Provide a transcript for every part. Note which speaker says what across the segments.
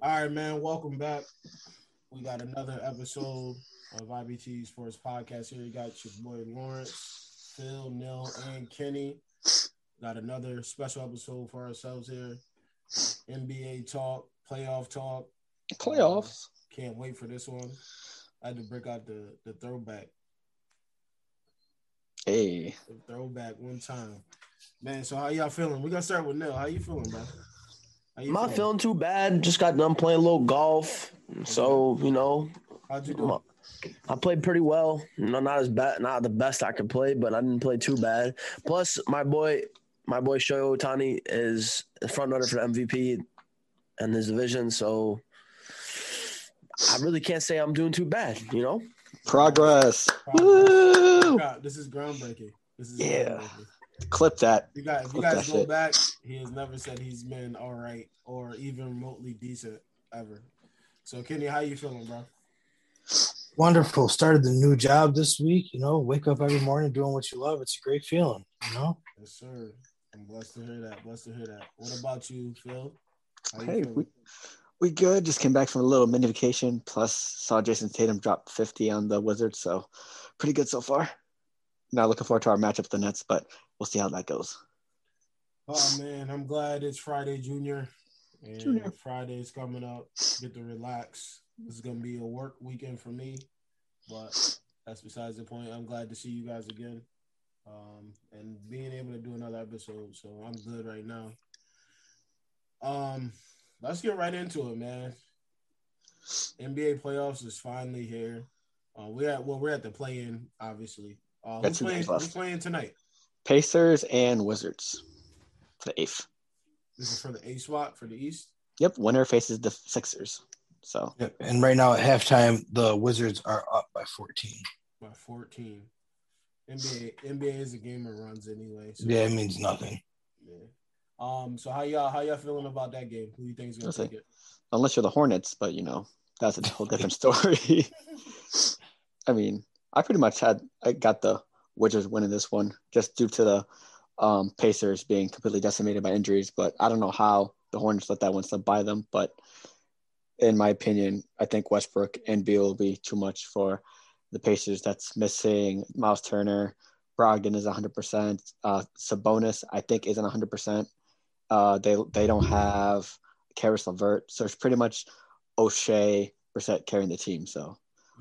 Speaker 1: All right, man. Welcome back. We got another episode of IBT Sports Podcast. Here you got your boy Lawrence, Phil, Neil, and Kenny. Got another special episode for ourselves here. NBA talk, playoff talk.
Speaker 2: Playoffs.
Speaker 1: Can't wait for this one. I had to break out the, the throwback.
Speaker 2: Hey,
Speaker 1: The throwback one time. Man, so how y'all feeling? We're gonna start with Neil. How you feeling, bro? How you
Speaker 3: I'm not feeling too bad. Just got done playing a little golf. So, you know,
Speaker 1: How'd you do?
Speaker 3: I'm- I played pretty well. No, not as bad, not the best I could play, but I didn't play too bad. Plus, my boy, my boy Shohei Otani is the front runner for the MVP in his division. So, I really can't say I'm doing too bad. You know,
Speaker 2: progress.
Speaker 1: Progress.
Speaker 2: Woo!
Speaker 1: This is groundbreaking. This is
Speaker 2: Yeah.
Speaker 1: groundbreaking.
Speaker 2: Clip that.
Speaker 1: You guys, if you
Speaker 2: Fuck that
Speaker 1: guys go
Speaker 2: shit.
Speaker 1: back, he has never said he's been all right or even remotely decent ever. So Kenny, how you feeling, bro?
Speaker 4: Wonderful. Started the new job this week. You know, wake up every morning doing what you love. It's a great feeling. You know,
Speaker 1: Yes, sir. I'm blessed to hear that. Blessed to hear that. What about you, Phil? How you
Speaker 2: Hey,
Speaker 1: feeling?
Speaker 2: we, we good. Just came back from a little mini vacation. Plus, saw Jason Tatum drop 50 on the Wizards. So, pretty good so far. Now, looking forward to our matchup with the Nets, but we'll see how that goes.
Speaker 1: Oh man, I'm glad it's Friday, Junior. And
Speaker 2: Junior.
Speaker 1: Friday's coming up. Get to relax. This is gonna be a work weekend for me, but that's besides the point. I'm glad to see you guys again, um, and being able to do another episode. So I'm good right now. Um, let's get right into it, man. NBA playoffs is finally here. Uh, we at well, we're at the play-in, obviously. Uh,
Speaker 2: Got
Speaker 1: who's
Speaker 2: two
Speaker 1: playing?
Speaker 2: games
Speaker 1: Who's
Speaker 2: left.
Speaker 1: playing tonight?
Speaker 2: Pacers and Wizards for the eighth.
Speaker 1: This is for the A spot for the East.
Speaker 2: Yep, winner faces the Sixers. So,
Speaker 4: Yep. and right now at halftime, the Wizards are up by 14.
Speaker 1: by 14. NBA NBA is a game of runs anyway. So,
Speaker 4: Yeah, it means nothing.
Speaker 1: yeah. Um. So how y'all how y'all feeling about that game? Who you think is gonna
Speaker 2: Listen.
Speaker 1: take it?
Speaker 2: unless you're the Hornets, but you know, that's a whole different story. I mean, I pretty much had I got the Wizards winning this one just due to the um, Pacers being completely decimated by injuries. But I don't know how the Hornets let that one slip by them. But in my opinion, I think Westbrook and Beal will be too much for the Pacers. That's missing Miles Turner. Brogdon is 100%. Uh, Sabonis, I think, isn't 100%. Uh, they they don't have Karis LeVert, so it's pretty much O'Shea Brissett carrying the team. So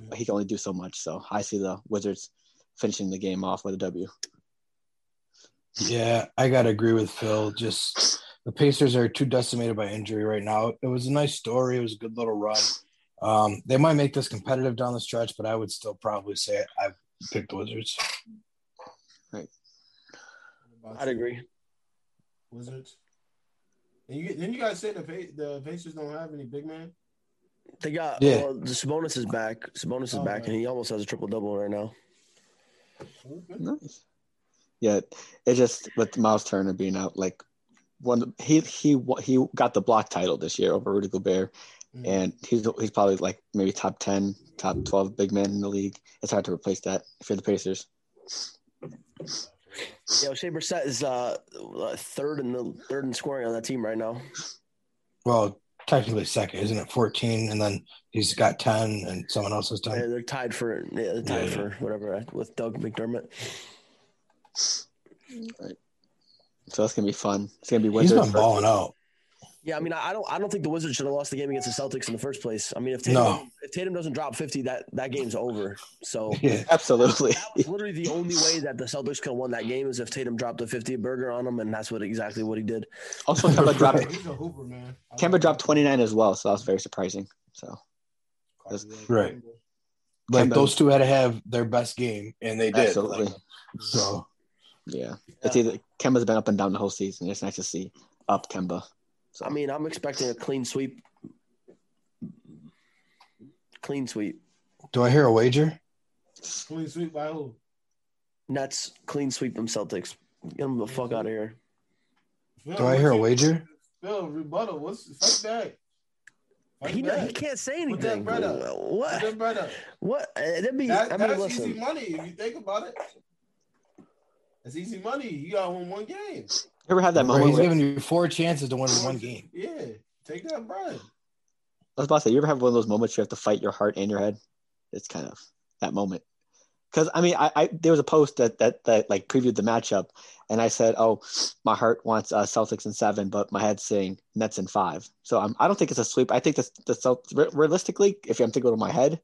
Speaker 1: Yeah.
Speaker 2: he can only do so much. So I see the Wizards finishing the game off with a W.
Speaker 4: Yeah, I gotta agree with Phil. Just the Pacers are too decimated by injury right now. It was a nice story. It was a good little run. Um, they might make this competitive down the stretch, but I would still probably say I picked the Wizards.
Speaker 1: What about you, Wizards. And you then you guys say the Pa- the Pacers don't have any big man.
Speaker 3: They got
Speaker 4: Yeah.
Speaker 3: well, the Sabonis is back. Sabonis is
Speaker 1: Oh,
Speaker 3: back,
Speaker 1: man.
Speaker 3: and he almost has a triple double right now.
Speaker 1: Okay.
Speaker 2: Nice. Yeah, it just with Miles Turner being out, like one he he he got the block title this year over Rudy Gobert,
Speaker 1: Mm.
Speaker 2: and he's he's probably like maybe top ten, top twelve big men in the league. It's hard to replace that if you're the Pacers.
Speaker 3: Yeah, O'Shea Brissett is uh, uh, third in the third in scoring on that team right now.
Speaker 4: Well, technically second, isn't it? 14, and then he's got 10, and someone else has
Speaker 3: Yeah,
Speaker 4: 10.
Speaker 3: Uh, they're tied for yeah, they're tied
Speaker 4: Um, Yeah.
Speaker 3: for whatever uh, with Doug McDermott.
Speaker 2: So that's gonna be fun. It's gonna be
Speaker 4: He's
Speaker 2: Wizards.
Speaker 4: been balling out.
Speaker 3: Yeah, I mean, I I don't I don't think the Wizards should have lost the game against the Celtics in the first place. I mean, if Tatum,
Speaker 4: No.
Speaker 3: if Tatum doesn't drop fifty, that that game's over. So.
Speaker 4: Yeah.
Speaker 2: Absolutely.
Speaker 3: That was literally the only way that the Celtics could have won that game is if Tatum dropped a 50 burger on him, and that's what exactly what he did.
Speaker 2: Also, Kemba dropped
Speaker 1: He's a hooper, man. I
Speaker 2: Kemba
Speaker 1: like
Speaker 2: dropped
Speaker 1: that.
Speaker 2: 29 as well, so that was very surprising. So
Speaker 1: Cardi B,
Speaker 4: Right.
Speaker 1: Kemba.
Speaker 4: Like
Speaker 2: Kemba-
Speaker 4: those two had to have their best game, and they did.
Speaker 2: Absolutely.
Speaker 4: Like, so
Speaker 2: yeah, it's either Kemba's been up and down the whole season. It's nice to see up Kemba.
Speaker 3: I mean, I'm expecting a clean sweep. Clean sweep.
Speaker 4: do I hear a wager?
Speaker 1: Clean sweep by who?
Speaker 3: Nets clean sweep them Celtics. Get them the fuck out of here.
Speaker 1: Phil,
Speaker 4: Do I
Speaker 1: what
Speaker 4: hear a
Speaker 1: you-
Speaker 4: wager?
Speaker 1: Phil rebuttal. What's fuck that? Fuck
Speaker 3: He,
Speaker 1: that.
Speaker 3: he can't say
Speaker 1: Put that
Speaker 3: anything.
Speaker 1: bread up. Put
Speaker 3: What?
Speaker 1: that bread up.
Speaker 3: What? Uh, That'd be.
Speaker 1: That,
Speaker 3: I mean,
Speaker 1: that's easy
Speaker 3: listen.
Speaker 1: money if you think about it. That's easy money. You got to win one game.
Speaker 2: You ever had that
Speaker 4: Where
Speaker 2: moment?
Speaker 4: he's
Speaker 2: Where,
Speaker 4: giving you four chances to win one game.
Speaker 1: Yeah, take that bread.
Speaker 2: I was about to say, you ever have one of those moments you have to fight your heart and your head? It's kind of that moment. Because I mean, I, I there was a post that that that like previewed the matchup, and I said, "Oh, my heart wants uh, Celtics in seven, but my head's saying Nets in five. So I'm, I don't think it's a sweep. I think the the Celt- re- realistically, if I'm thinking with my head,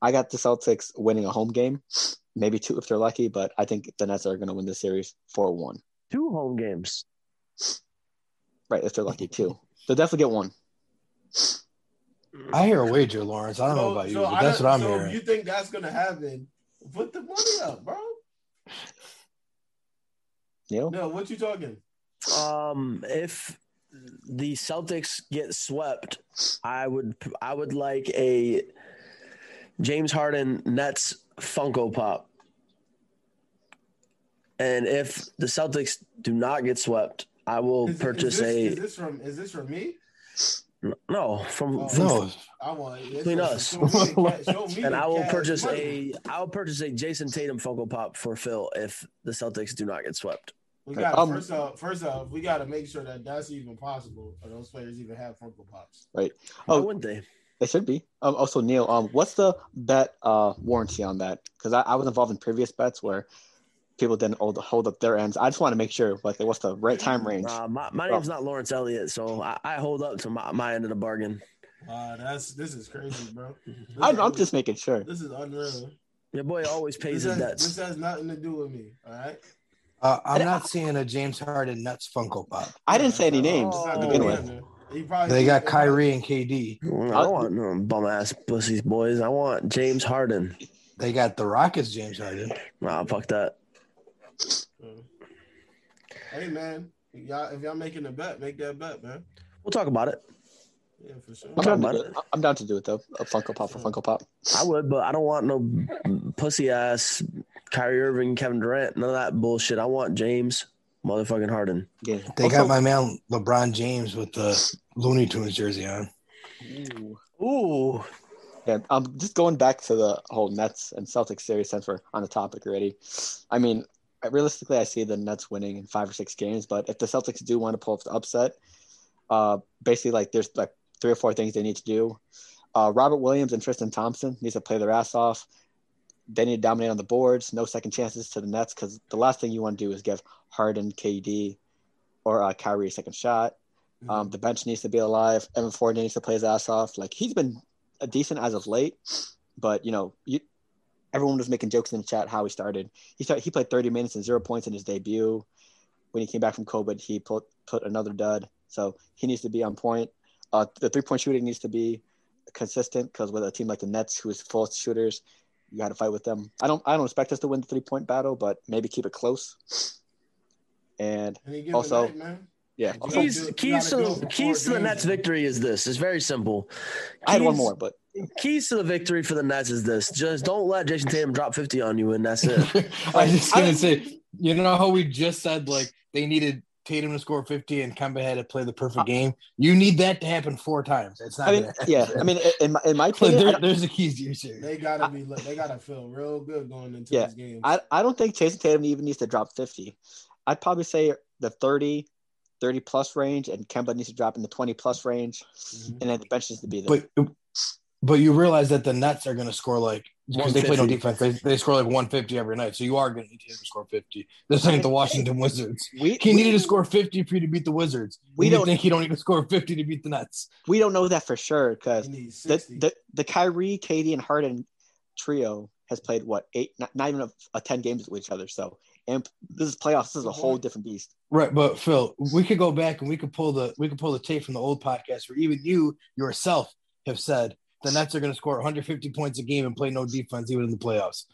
Speaker 2: I got the Celtics winning a home game, maybe two if they're lucky, but I think the Nets are going to win this series four one.
Speaker 3: Two home games.
Speaker 2: Right, if they're lucky too, they'll definitely get one.
Speaker 4: I hear a wager, Lawrence. I don't know about you, but
Speaker 1: I
Speaker 4: that's
Speaker 1: don't-
Speaker 4: what I'm
Speaker 1: so if
Speaker 4: hearing.
Speaker 1: You think that's gonna happen? Put the money up, bro.
Speaker 2: Neil,
Speaker 1: No, what you talking?
Speaker 3: Um, if the Celtics get swept, I would I would like a James Harden Nets Funko Pop. And if the Celtics do not get swept, I will
Speaker 1: Is, is
Speaker 3: purchase
Speaker 1: this,
Speaker 3: a
Speaker 1: Is this from? Is this from me?
Speaker 3: no from,
Speaker 1: Oh.
Speaker 3: from
Speaker 4: No,
Speaker 1: I want it.
Speaker 3: Between us.
Speaker 1: Show me the ca- show me
Speaker 3: and
Speaker 1: the
Speaker 3: I will
Speaker 1: cash
Speaker 3: purchase
Speaker 1: money.
Speaker 3: a I will purchase a Jason Tatum Funko Pop for Phil if the Celtics do not get swept.
Speaker 1: We got to
Speaker 2: Um,
Speaker 1: first off. First off, we got to make sure that that's even possible, or those players even have Funko Pops.
Speaker 3: Oh,
Speaker 2: Oh.
Speaker 3: wouldn't they?
Speaker 2: they should be. Um, also, Neil, um, what's the bet uh, warranty on that? Because I, I was involved in previous bets where people didn't hold, hold up their ends. I just want to make sure, like, what's the right time range?
Speaker 3: Uh, my my
Speaker 2: oh.
Speaker 3: name's not Lawrence Elliott, so I, I hold up to my, my end of the bargain.
Speaker 1: Wow, that's this is crazy, bro. This
Speaker 2: I'm,
Speaker 1: is-
Speaker 2: I'm just making sure.
Speaker 1: This is unreal.
Speaker 3: Your boy always pays
Speaker 1: This
Speaker 3: his
Speaker 1: has,
Speaker 3: debts.
Speaker 1: this has nothing to do with me. All right.
Speaker 4: uh, I'm not seeing a James Harden Nets Funko Pop.
Speaker 2: I didn't say
Speaker 1: Oh,
Speaker 2: any names
Speaker 1: It's not
Speaker 2: to
Speaker 1: gonna
Speaker 2: begin
Speaker 1: be
Speaker 2: with.
Speaker 1: on there. He probably-
Speaker 4: They got Kyrie and KD.
Speaker 3: I don't want no bum ass pussies, boys. I want James Harden.
Speaker 4: They got the Rockets James Harden.
Speaker 3: Nah, fuck that.
Speaker 1: Hey man, y'all if y'all making a bet, make that bet, man.
Speaker 3: We'll talk about it.
Speaker 1: Yeah, for sure.
Speaker 2: I'm down, to,
Speaker 3: about
Speaker 2: do- I'm down to do it though. A Funko Pop for Funko Pop.
Speaker 3: I would, but I don't want no pussy ass Kyrie Irving, Kevin Durant, none of that bullshit. I want James motherfucking Harden.
Speaker 2: Yeah.
Speaker 4: They
Speaker 2: also,
Speaker 4: got my man LeBron James with the Looney Tunes jersey on.
Speaker 2: Ooh.
Speaker 3: Ooh,
Speaker 2: Yeah, um, just going back to the whole Nets and Celtics series since we're on the topic already. I mean, I- realistically, I see the Nets winning in five or six games, but if the Celtics do want to pull off the upset, uh, basically, like there's like three or four things they need to do. Uh, Robert Williams and Tristan Thompson needs to play their ass off. They need to dominate on the boards. No second chances to the Nets because the last thing you want to do is give Harden, KD, or uh, Kyrie a second shot. Um, the bench needs to be alive. Evan Ford needs to play his ass off. Like he's been a decent as of late, but you know, you, everyone was making jokes in the chat how he started. He started. He played 30 minutes and zero points in his debut. When he came back from COVID, he put put another dud. So he needs to be on point. Uh, the three point shooting needs to be consistent because with a team like the Nets, who is full of shooters, you got to fight with them. I don't. I don't expect us to win the three point battle, but maybe keep it close. And
Speaker 1: Any given
Speaker 2: Also-
Speaker 1: night, man.
Speaker 2: yeah,
Speaker 1: You gotta do-
Speaker 3: keys
Speaker 1: you
Speaker 3: keys to
Speaker 1: gotta do it
Speaker 3: the
Speaker 1: for
Speaker 3: keys
Speaker 1: four
Speaker 3: to the
Speaker 1: games,
Speaker 3: Nets
Speaker 1: man.
Speaker 3: victory is this. It's very simple.
Speaker 2: I had one
Speaker 3: Keys-
Speaker 2: more, but
Speaker 3: Keys to the victory for the Nets is this: just don't let Jason Tatum drop fifty on you, and that's it.
Speaker 4: I was just gonna say, you know how we just said like they needed Tatum to score 50 and Kemba had to play the perfect game. You need that to happen four times. It's not.
Speaker 2: I mean,
Speaker 4: gonna happen.
Speaker 2: yeah. I mean, i- in my, in my
Speaker 4: Like,
Speaker 2: opinion, I
Speaker 4: there,
Speaker 2: don't,
Speaker 4: there's the keys to your series.
Speaker 1: They gotta be. They gotta feel real good going into
Speaker 2: Yeah,
Speaker 1: this game.
Speaker 2: I, I don't think Jason Tatum even needs to drop 50. I'd probably say the 30, 30 plus range, and Kemba needs to drop in the 20 plus range,
Speaker 4: Mm-hmm.
Speaker 1: Mhm.
Speaker 2: and then the bench needs to be there.
Speaker 4: But but you realize that the Nets are gonna score like because they play no
Speaker 3: 150.
Speaker 4: defense. They, they score like 150 every night. So you are gonna need Tatum to score 50. This ain't the Washington Wizards.
Speaker 2: we,
Speaker 4: He needed
Speaker 2: we,
Speaker 4: to score 50 for you to beat the Wizards.
Speaker 2: We
Speaker 4: We you
Speaker 2: don't-
Speaker 4: don't think he don't need to score 50 to beat the Nets.
Speaker 2: we don't know that for sure because
Speaker 1: He needs
Speaker 2: the,
Speaker 1: sixty.
Speaker 2: the, the Kyrie, Katie, and Harden trio has played, what, eight, not, not even a, a 10 games with each other. So, and this is playoffs. This is a whole different beast.
Speaker 4: Right, but Phil, we could go back and we could pull the we could pull the tape from the old podcast where even you yourself have said the Nets are going to score 150 points a game and play no defense even in the playoffs.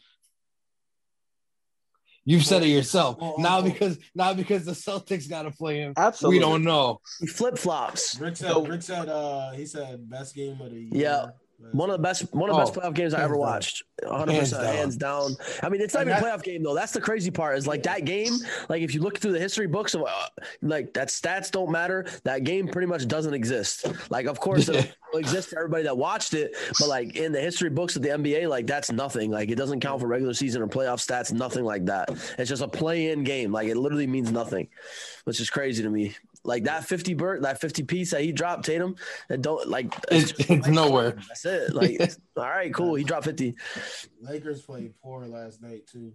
Speaker 4: You've said it yourself.
Speaker 1: Well,
Speaker 4: now
Speaker 1: well,
Speaker 4: because now because the Celtics got to play him,
Speaker 2: Absolutely.
Speaker 4: we don't know.
Speaker 3: He flip flops.
Speaker 1: Rick said.
Speaker 2: So-
Speaker 1: Rick said. Uh, he said best game of the year.
Speaker 3: Yeah.
Speaker 1: Last
Speaker 3: One of the best, one of the
Speaker 4: Oh,
Speaker 3: best playoff games I
Speaker 4: hands
Speaker 3: ever
Speaker 4: down.
Speaker 3: watched. 100
Speaker 4: Hands
Speaker 3: percent,
Speaker 4: down.
Speaker 3: hands down. I mean, it's not
Speaker 1: And
Speaker 3: even a playoff game though. That's the crazy part. Is like that game. Like if you look through the history books of, uh, like that stats don't matter. That game pretty much doesn't exist. Like of course
Speaker 4: Yeah.
Speaker 3: it will exist for everybody that watched it, but like in the history books of the NBA, like that's nothing. Like it doesn't count for regular season or playoff stats. Nothing like that. It's just a play-in game. Like it literally means nothing, which is crazy to me. Like that fifty bird, that fifty piece that he dropped Tatum, that don't like.
Speaker 4: It's, it's nowhere.
Speaker 3: That's it. Like, all right, cool. He dropped fifty.
Speaker 1: Lakers played poor last night too.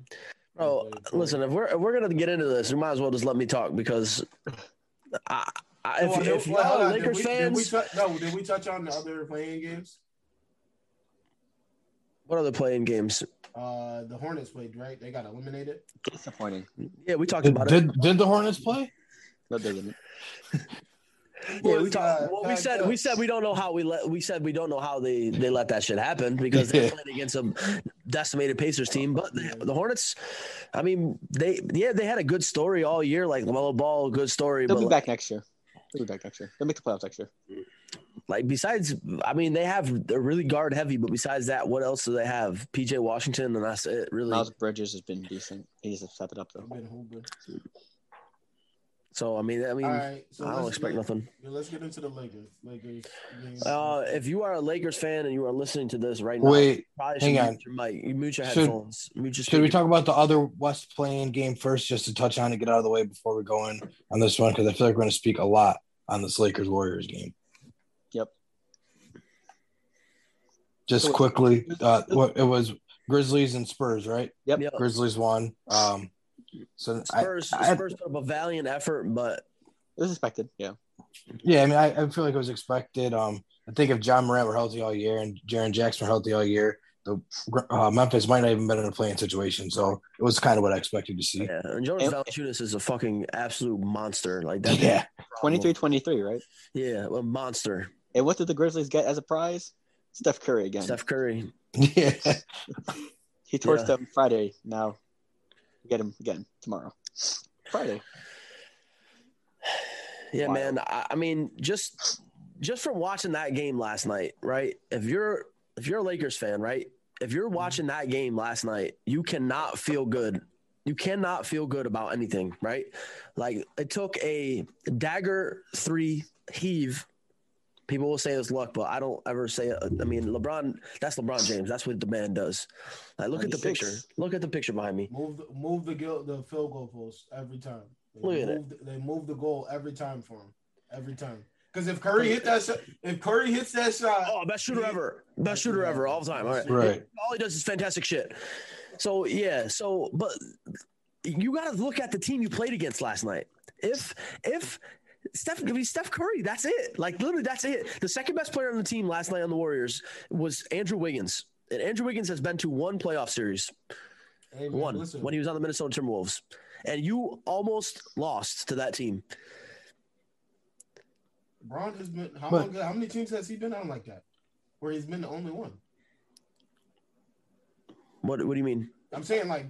Speaker 3: Bro,
Speaker 1: They played poor.
Speaker 3: listen, if we're if we're gonna get into this, you might as well just let me talk because, I, I
Speaker 1: Hold
Speaker 3: if,
Speaker 1: on,
Speaker 3: if
Speaker 1: hold on, hold
Speaker 3: y'all
Speaker 1: on.
Speaker 3: Lakers
Speaker 1: did we, did we
Speaker 3: fans,
Speaker 1: tou- no, did we touch on the other playing games?
Speaker 3: what other playing games?
Speaker 1: Uh, the Hornets played right. They got eliminated.
Speaker 2: Disappointing.
Speaker 3: Yeah, we talked
Speaker 4: Did,
Speaker 3: about it.
Speaker 4: did, did the Hornets play?
Speaker 2: No, they didn't.
Speaker 3: Yeah, we
Speaker 1: Was,
Speaker 3: talked.
Speaker 1: uh,
Speaker 3: Well, we said we said we don't know how we let we said we don't know how they they let that shit happen because they
Speaker 4: Yeah.
Speaker 3: played against a decimated Pacers team. But the,
Speaker 1: Mm-hmm.
Speaker 3: the Hornets, I mean, they yeah they had a good story all year, like Lamelo Ball, good story.
Speaker 2: They'll
Speaker 3: but
Speaker 2: be
Speaker 3: like,
Speaker 2: back next year. They'll be back next year. They'll make the playoffs next year.
Speaker 3: like besides, I mean, they have they're really guard heavy. But besides that, what else do they have? PJ Washington, and that's it, really.
Speaker 2: Miles Bridges has been decent. He's stepped it
Speaker 3: Oh.
Speaker 2: up
Speaker 1: I've
Speaker 2: though.
Speaker 1: been hooping.
Speaker 3: so I mean, I mean,
Speaker 1: All right, so
Speaker 3: I don't
Speaker 1: let's
Speaker 3: expect
Speaker 1: get,
Speaker 3: nothing.
Speaker 1: yeah, Let's get into the Lakers. Lakers. games.
Speaker 3: Uh, if you are a Lakers fan and you are listening to this right now,
Speaker 4: Wait,
Speaker 3: probably should
Speaker 4: hang
Speaker 3: mute
Speaker 4: on.
Speaker 3: your mic, you mute your
Speaker 4: Should-
Speaker 3: headphones, mute your
Speaker 4: should we
Speaker 3: speaker.
Speaker 4: talk about the other West playing game first, just to touch on and get out of the way before we go in on this one? Because I feel like we're going to speak a lot on this Lakers Warriors game.
Speaker 2: Yep.
Speaker 4: Just quickly, uh, what it was Grizzlies and Spurs, right?
Speaker 2: Yep.
Speaker 3: Yep.
Speaker 4: Grizzlies won. Um, so I-
Speaker 3: Spurs,
Speaker 4: I-
Speaker 3: Spurs put up a valiant effort, but
Speaker 2: It was expected. Yeah.
Speaker 4: Yeah, I mean, I, I feel like it was expected. Um, I think if John Morant were healthy all year and Jaron Jackson were healthy all year, the uh, Memphis might not even been in a playing situation. So it was kind of what I expected to see.
Speaker 3: yeah, and Jonas
Speaker 2: And-
Speaker 3: Valanciunas is a fucking absolute monster. Like that,
Speaker 4: Yeah,
Speaker 3: problem.
Speaker 2: 23-23, right?
Speaker 3: yeah, a monster.
Speaker 2: And what did the Grizzlies get as a prize? Steph Curry again.
Speaker 3: Steph Curry,
Speaker 4: yeah.
Speaker 2: He torched
Speaker 3: Yeah.
Speaker 2: them Friday. Now get him again tomorrow. Friday.
Speaker 3: yeah,
Speaker 2: Wild.
Speaker 3: man. I, I mean, just just from watching that game last night, right? If you're if you're a Lakers fan, right? If you're watching that game last night, you cannot feel good. You cannot feel good about anything, right? Like it took a dagger three heave. People will say it's luck, but I don't ever say. it. I mean, LeBron. That's LeBron James. That's what the man does. Like, look at the
Speaker 2: 96.
Speaker 3: picture. Look at the picture behind me.
Speaker 1: Move the- move the goal, the field goal post every time. They
Speaker 3: Look at
Speaker 1: moved, They move the goal every time for him. Every time. Because if Curry hit that shot, if Curry hits that shot,
Speaker 3: Oh, best shooter ever. Best shooter ever. All the time. All right.
Speaker 4: Right.
Speaker 3: all he does is fantastic shit. So yeah, so but you got to look at the team you played against last night. If if Steph, I mean, Steph Curry, that's it. Like literally, that's it. The second best player on the team last night on the Warriors was Andrew Wiggins, and Andrew Wiggins has been to one playoff series,
Speaker 1: hey, man,
Speaker 3: one
Speaker 1: listen,
Speaker 3: when he was on the Minnesota Timberwolves, and you almost lost to that team.
Speaker 1: Braun has been how,
Speaker 4: But-
Speaker 1: long, how many teams has he been on like that? Where he's been the only one.
Speaker 3: What what do you mean?
Speaker 1: I'm saying like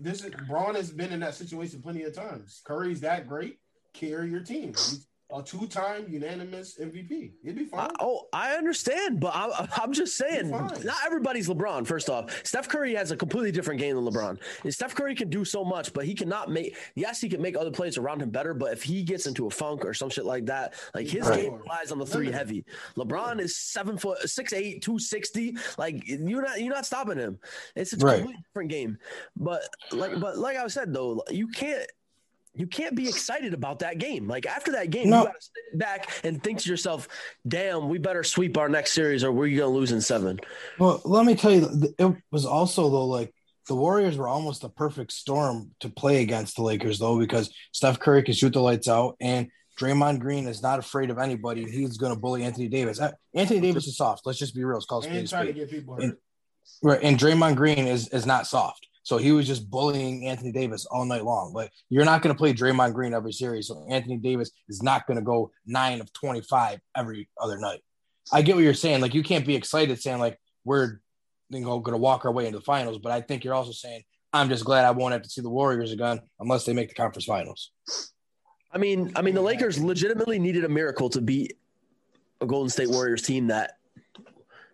Speaker 1: this is Braun has been in that situation plenty of times. Curry's that great, carry your team. He's a two-time unanimous MVP. He'd be fine.
Speaker 3: I- oh, I understand, but I, I'm just saying,
Speaker 1: You're fine.
Speaker 3: not everybody's LeBron. First off, Steph Curry has a completely different game than LeBron. And Steph Curry can do so much, but he cannot make. Yes, he can make other plays around him better, but if he gets into a funk or some shit like that, like his
Speaker 4: Right.
Speaker 3: game relies on the three
Speaker 1: Limited.
Speaker 3: heavy. LeBron is seven foot, six eight, two sixty. Like you're not, you're not stopping him. It's a
Speaker 4: Right.
Speaker 3: completely different game. But like, but like I said though, you can't. You can't be excited about that game. Like after that game,
Speaker 4: No.
Speaker 3: you gotta sit back and think to yourself, damn, we better sweep our next series or we're gonna lose in seven.
Speaker 4: Well, let me tell you, th- it was also though like the Warriors were almost the perfect storm to play against the Lakers though because Steph Curry can shoot the lights out and Draymond Green is not afraid of anybody. He's going to bully Anthony Davis. Uh, Anthony Davis is soft. Let's just be real. It's called
Speaker 1: and
Speaker 4: space.
Speaker 1: trying to get people hurt.
Speaker 4: Right, and Draymond Green is is not soft. So he was just bullying Anthony Davis all night long. Like you're not going to play Draymond Green every series. So Anthony Davis is not going to go nine of twenty five every other night. I get what you're saying. Like you can't be excited saying like we're you know going to walk our way into the finals. But I think you're also saying I'm just glad I won't have to see the Warriors again unless they make the conference finals.
Speaker 3: I mean, I mean, the Lakers legitimately needed a miracle to beat a Golden State Warriors team that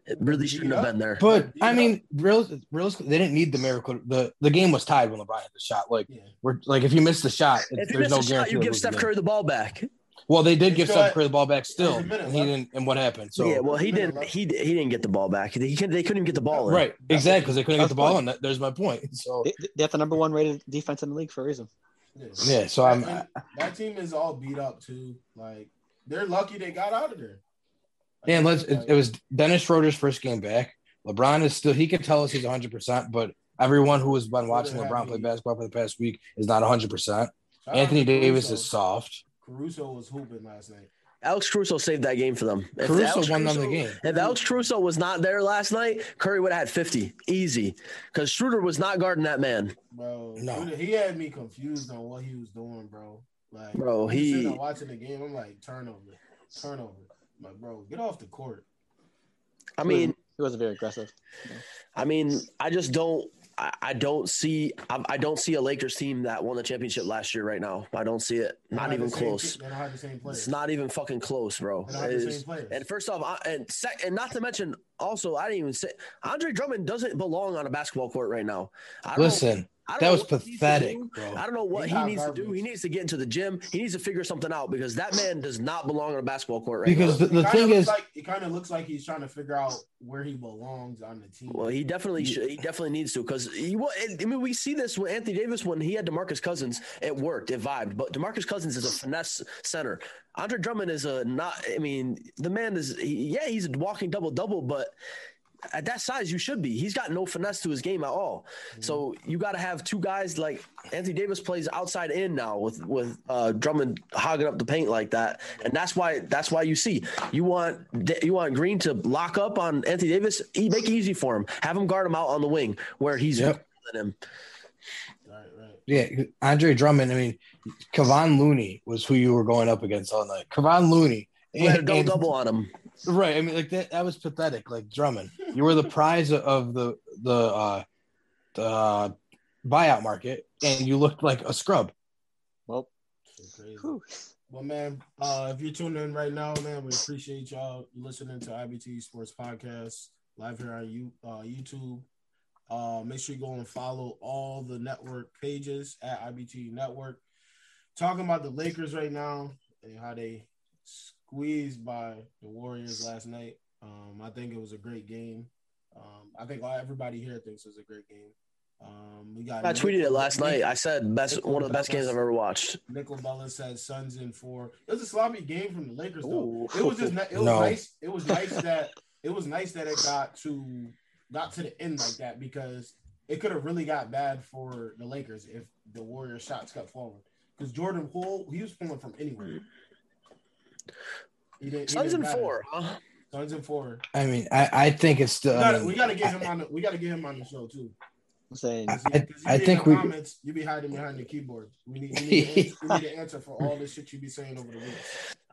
Speaker 3: it really shouldn't have been there.
Speaker 4: But I
Speaker 1: Yeah.
Speaker 4: mean, real, real, they didn't need the miracle. the The game was tied when LeBron hit the shot. Like
Speaker 1: Yeah.
Speaker 4: we're like if you miss the shot, it,
Speaker 3: If you miss
Speaker 4: there's no
Speaker 3: a shot,
Speaker 4: guarantee
Speaker 3: you
Speaker 4: of
Speaker 3: give
Speaker 4: losing
Speaker 3: Steph
Speaker 4: the game.
Speaker 3: Curry the ball back.
Speaker 4: Well, they did
Speaker 1: They
Speaker 4: give
Speaker 1: still
Speaker 4: Steph
Speaker 1: had-
Speaker 4: Curry the ball back still,
Speaker 1: a minute
Speaker 4: and he
Speaker 1: left.
Speaker 4: didn't. And what happened? So
Speaker 3: yeah, well, he
Speaker 1: No, no,
Speaker 3: didn't.
Speaker 1: no.
Speaker 3: He he didn't get the ball back. He couldn't. They couldn't even get the ball in.
Speaker 4: right, exactly, because they couldn't get
Speaker 2: That's
Speaker 4: the ball
Speaker 2: fine.
Speaker 4: on. That, there's my point. So
Speaker 2: They, they have the number one rated defense in the league for a reason.
Speaker 4: Yeah, um, so I'm.
Speaker 1: And that team is all beat up too. Like they're lucky they got out of there.
Speaker 4: Yeah, and let's. It,
Speaker 1: Like,
Speaker 4: it was Dennis Schroeder's first game back. LeBron is still. He can tell us he's 100, percent but everyone who has been watching
Speaker 1: Schroeder
Speaker 4: LeBron
Speaker 1: had
Speaker 4: play
Speaker 1: me-
Speaker 4: basketball for the past week is not 100. percent
Speaker 1: shout out
Speaker 4: Anthony
Speaker 1: to
Speaker 4: Davis
Speaker 1: Caruso.
Speaker 4: is soft.
Speaker 1: Caruso was hooping last night.
Speaker 3: Alex Caruso saved that game for them. If
Speaker 4: Caruso
Speaker 3: Alex
Speaker 4: won them
Speaker 3: Caruso-
Speaker 4: the game.
Speaker 1: Mm-hmm.
Speaker 3: If Alex Caruso was not there last night, Curry would have had 50 easy because Schroeder was not guarding that man.
Speaker 1: Bro,
Speaker 4: No.
Speaker 1: dude, he had me confused on what he was doing, bro. Like,
Speaker 3: Bro,
Speaker 1: I'm sitting
Speaker 3: he-
Speaker 1: there watching the game. I'm like, turnover, turnover. I'm like, bro, get off the court.
Speaker 3: I mean,
Speaker 2: he wasn't very aggressive.
Speaker 3: I mean, I just don't. I, I don't see. I, I don't see a Lakers team that won the championship last year right now. I don't see it.
Speaker 1: They don't
Speaker 3: Not
Speaker 1: have the
Speaker 3: even
Speaker 1: same
Speaker 3: close.
Speaker 1: team- They don't have the same players.
Speaker 3: It's not even fucking close, bro.
Speaker 1: They don't have the
Speaker 3: It's-
Speaker 1: same players.
Speaker 3: And first off, I, and sec, and not to mention, also, I didn't even say Andre Drummond doesn't belong on a basketball court right now. I don't
Speaker 4: Listen,
Speaker 3: know, I don't
Speaker 4: that
Speaker 3: know
Speaker 4: was
Speaker 3: what he needs to
Speaker 4: pathetic,
Speaker 3: do.
Speaker 4: bro.
Speaker 3: I don't know what
Speaker 1: He's
Speaker 3: he
Speaker 1: hot
Speaker 3: needs to do.
Speaker 1: garbage.
Speaker 3: He needs to get into the gym. He needs to figure something out because that man does not belong on a basketball court right
Speaker 4: Because
Speaker 3: now.
Speaker 4: the, the
Speaker 1: It kinda
Speaker 4: thing
Speaker 1: looks
Speaker 4: is,
Speaker 1: like it kind of looks like he's trying to figure out where he belongs on the team.
Speaker 3: Well, he definitely should, he definitely needs to because I mean we see this with Anthony Davis when he had DeMarcus Cousins it worked it vibed but DeMarcus Cousins is a finesse center Andre Drummond is a not I mean the man is he- yeah he's a walking double double but at that size you should be he's got no finesse to his game at all so you got to have two guys like Anthony Davis plays outside in now with with uh, Drummond hogging up the paint like that, and that's why that's why you see you want you want Green to lock up on Anthony Davis, e- make it easy for him, have him guard him out on the wing where he's
Speaker 4: Yep.
Speaker 3: than him.
Speaker 1: right, right.
Speaker 4: yeah, Andre Drummond. I mean, Kevon Looney was who you were going up against all night. Kevon Looney.
Speaker 3: He had a
Speaker 4: And-
Speaker 3: double
Speaker 4: and-
Speaker 3: double on him.
Speaker 4: Right. I mean, like that, that was pathetic. Like Drummond, you were the prize of the the uh, the uh, buyout market, and you looked like a scrub.
Speaker 2: Well,
Speaker 1: Shit crazy.
Speaker 2: whew.
Speaker 1: Well, man, uh, if you're tuning in right now, man, we appreciate y'all listening to IBT Sports Podcast live here on you uh, YouTube. Uh, make sure you go and follow all the network pages at IBT Network. Talking about the Lakers right now and how they squeezed by the Warriors last night. Um, I think it was a great game. Um, I think everybody here thinks it was a great game. Um, we got
Speaker 3: I tweeted it last night. I said best one of the best games I've ever watched.
Speaker 1: Nickel Bella said Suns in four. It was a sloppy game from the Lakers though.
Speaker 3: Ooh.
Speaker 1: It was just ni- it was
Speaker 4: No.
Speaker 1: nice. It was nice that it was nice that it got to got to the end like that because it could have really got bad for the Lakers if the Warriors shots kept falling. Because Jordan Poole, he was pulling from anywhere. He didn't- he
Speaker 3: Suns
Speaker 1: didn't
Speaker 3: in
Speaker 1: matter.
Speaker 3: four. Huh?
Speaker 1: Suns in four.
Speaker 4: I mean, I, I think
Speaker 1: We
Speaker 4: it's still. I
Speaker 1: gotta,
Speaker 4: mean,
Speaker 1: we gotta get him on. The, we gotta get him on the show too.
Speaker 2: I'm saying
Speaker 1: 'Cause
Speaker 4: I-
Speaker 1: you- 'cause you
Speaker 4: I
Speaker 1: be in
Speaker 4: think
Speaker 1: the
Speaker 4: we-
Speaker 1: comments, you be hiding behind the keyboard. We need, we need, an, we need an answer for all the shit you be saying over the week.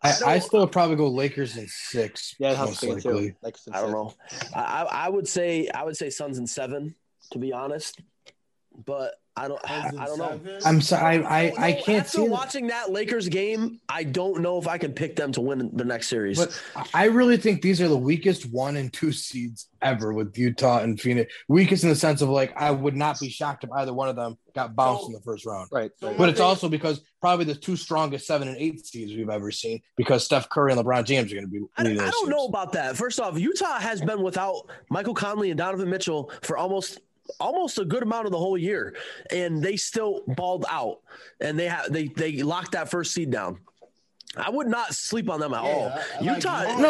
Speaker 4: I, I still would probably go Lakers in six.
Speaker 2: yeah, it helps
Speaker 4: most
Speaker 2: me
Speaker 4: likely.
Speaker 2: too. Like
Speaker 3: I don't know. I, I- I would say I would say Suns in seven, to be honest. But I don't I,
Speaker 1: Suns in
Speaker 3: I don't know.
Speaker 1: seven.
Speaker 4: I'm sorry. I, I,
Speaker 3: No,
Speaker 4: I
Speaker 3: no,
Speaker 4: can't
Speaker 3: after
Speaker 4: see. that.
Speaker 3: watching that Lakers game. I don't know if I can pick them to win the next series.
Speaker 4: But I really think these are the weakest one and two seeds ever with Utah and Phoenix. Weakest in the sense of like I would not be shocked if either one of them got bounced
Speaker 1: So-
Speaker 4: in the first round.
Speaker 2: Right.
Speaker 1: So
Speaker 2: right.
Speaker 4: But it's also because probably the two strongest seven and eight seeds we've ever seen because Steph Curry and LeBron James are going to be
Speaker 3: I, I
Speaker 4: leading those
Speaker 3: don't know
Speaker 4: teams.
Speaker 3: about that. First off, Utah has been without Michael Conley and Donovan Mitchell for almost almost a good amount of the whole year, and they still balled out, and they have they they locked that first seed down. I would not sleep on them at
Speaker 1: Yeah,
Speaker 3: all.
Speaker 1: I- I like
Speaker 3: Utah,
Speaker 1: Braun.
Speaker 4: No,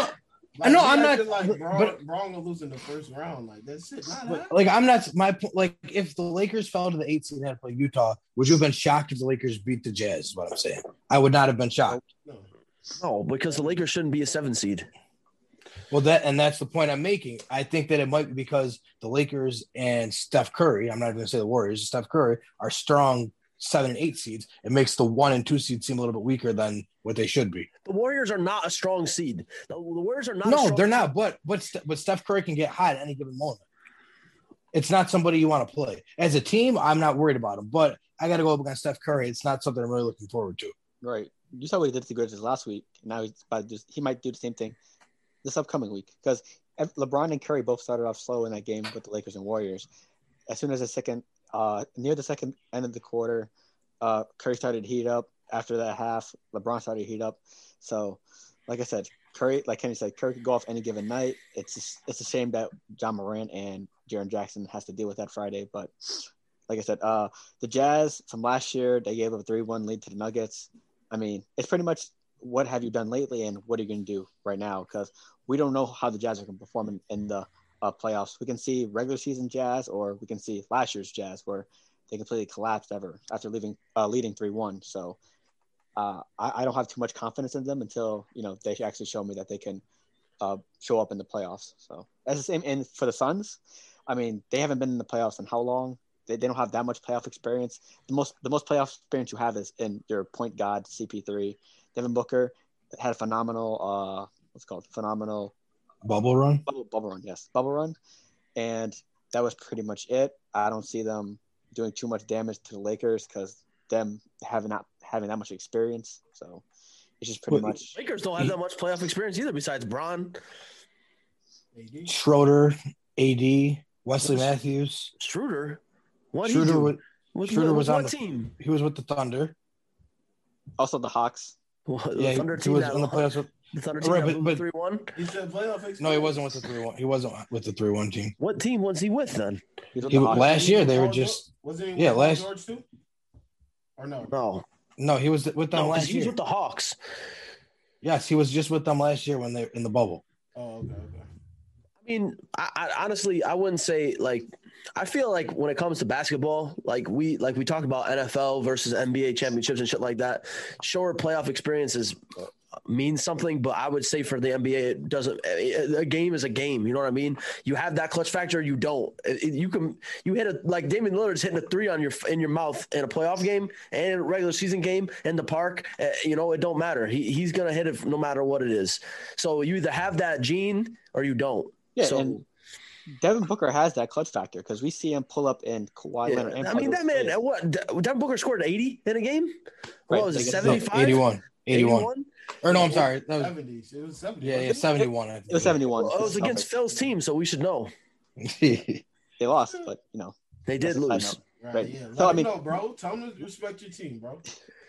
Speaker 1: Like,
Speaker 4: No,
Speaker 1: we
Speaker 4: I'm
Speaker 1: acted
Speaker 4: not-
Speaker 1: Like
Speaker 4: but-
Speaker 1: Braun,
Speaker 4: but-
Speaker 1: Braun will lose in the first round. Like that shit. Not
Speaker 4: But,
Speaker 1: happening.
Speaker 4: like I'm not my po- like if the Lakers fell to the eight seed and had to play Utah, would you have been shocked if the Lakers beat the Jazz? Is what I'm saying. I would not have been shocked.
Speaker 1: No.
Speaker 3: no, because the Lakers shouldn't be a seven seed.
Speaker 4: Well, that and that's the point I'm making. I think that it might be because the Lakers and Steph Curry, I'm not going to say the Warriors, Steph Curry are strong seven and eight seeds. It makes the one and two seeds seem a little bit weaker than what they should be.
Speaker 3: The Warriors are not a strong seed. The, the Warriors are not. a
Speaker 4: no,
Speaker 3: strong
Speaker 4: they're not. But but Ste- but Steph Curry can get hot at any given moment. It's not somebody you want to play as a team. I'm not worried about him, but I got to go up against Steph Curry. It's not something I'm really looking forward to.
Speaker 2: Right. You saw what he did to the Grizzlies last week. Now he's about to do, he might do the same thing this upcoming week because LeBron and Curry both started off slow in that game with the Lakers and Warriors. As soon as the second, uh, near the second end of the quarter, uh, Curry started to heat up. After that half, LeBron started to heat up. So, like I said, Curry, like Kenny said, Curry could go off any given night. It's just, it's a shame that John Morant and Jaron Jackson has to deal with that Friday, but Like I said, uh, the Jazz from last year, they gave up a 3 1 lead to the Nuggets. I mean, it's pretty much what have you done lately and what are you going to do right now? Because we don't know how the Jazz are going to perform in, in the uh, playoffs. We can see regular season Jazz or we can see last year's Jazz where they completely collapsed ever after leaving uh, leading 3 1. So uh, I, I don't have too much confidence in them until, you know, they actually show me that they can uh, show up in the playoffs. So that's the same. And for the Suns, I mean, they haven't been in the playoffs in how long? They, they don't have that much playoff experience. The most the most playoff experience you have is in your point guard CP3. Devin Booker had a phenomenal uh what's it called phenomenal
Speaker 4: Bubble run.
Speaker 2: bubble bubble run. Yes, bubble run, and that was pretty much it. I don't see them doing too much damage to the Lakers because them having not having that much experience. So it's just pretty
Speaker 4: Wait,
Speaker 2: much
Speaker 3: Lakers don't have that much playoff experience either, besides Braun,
Speaker 1: AD.
Speaker 4: Schroeder, AD, Wesley Matthews.
Speaker 3: Schroeder. What he
Speaker 4: Schroeder
Speaker 3: do?
Speaker 4: was,
Speaker 3: What-
Speaker 4: Schroeder
Speaker 3: what-
Speaker 4: was
Speaker 3: what
Speaker 4: on the-
Speaker 3: team?
Speaker 4: he was with the Thunder.
Speaker 2: also the Hawks.
Speaker 3: What,
Speaker 4: Yeah,
Speaker 3: the
Speaker 4: he,
Speaker 3: Thunder
Speaker 4: he
Speaker 3: team
Speaker 4: was
Speaker 3: that
Speaker 4: on the playoffs. With,
Speaker 3: the Thunder
Speaker 4: Right,
Speaker 3: team
Speaker 4: but- but-
Speaker 3: three one.
Speaker 1: He said playoff experience.
Speaker 4: no, he wasn't with the three one. He wasn't with the three one team.
Speaker 3: What team was he with then?
Speaker 2: He was with
Speaker 4: He-
Speaker 2: the Hawks.
Speaker 4: last- year, they were
Speaker 1: Paul Geor-
Speaker 4: just-
Speaker 1: Wasn't he with
Speaker 4: yeah,
Speaker 1: Paul
Speaker 4: last-
Speaker 1: George too? Or no?
Speaker 3: No,
Speaker 4: No, he was with them
Speaker 3: no, 'cause
Speaker 4: last
Speaker 3: he was
Speaker 4: year.
Speaker 3: with the Hawks.
Speaker 4: yes, he was just with them last year when they in the bubble.
Speaker 1: Oh, okay, okay.
Speaker 3: I mean, I, I honestly, I wouldn't say like. I feel like when it comes to basketball, like we like we talk about NFL versus NBA championships and shit like that. Sure, playoff experiences means something, but I would say for the NBA, it doesn't. A a game is a game. You know what I mean? You have that clutch factor. You don't. It- it- You can. You hit a like Damian Lillard's hitting a three on your in your mouth in a playoff game and in a regular season game in the park. Uh, You know it don't matter. He he's gonna hit it no matter what it is. So you either have that gene or you don't.
Speaker 2: Yeah,
Speaker 3: so-
Speaker 2: and Devin Booker has that clutch factor because we see him pull up in Kawhi Leonard. and
Speaker 3: Yeah, I
Speaker 2: play
Speaker 3: mean,
Speaker 2: those
Speaker 3: that man,
Speaker 2: plays.
Speaker 3: uh, what? D- Devin Booker scored 80 in a game?
Speaker 2: Right,
Speaker 3: What was it,
Speaker 2: like,
Speaker 3: 75?
Speaker 4: 81. 81. Or no, I'm sorry. That was,
Speaker 1: Seventies. It was seventies.
Speaker 4: yeah, yeah, 71. I think.
Speaker 2: It was seventy-one.
Speaker 3: Well, it was against Phil's team, so we should know.
Speaker 2: They lost, but you know,
Speaker 3: They did
Speaker 2: That's a side
Speaker 3: lose.
Speaker 2: note.
Speaker 1: Right.
Speaker 2: Right.
Speaker 1: Yeah. Let
Speaker 2: So, I
Speaker 1: him
Speaker 2: mean-
Speaker 1: know, bro. Tell him to respect your team, bro.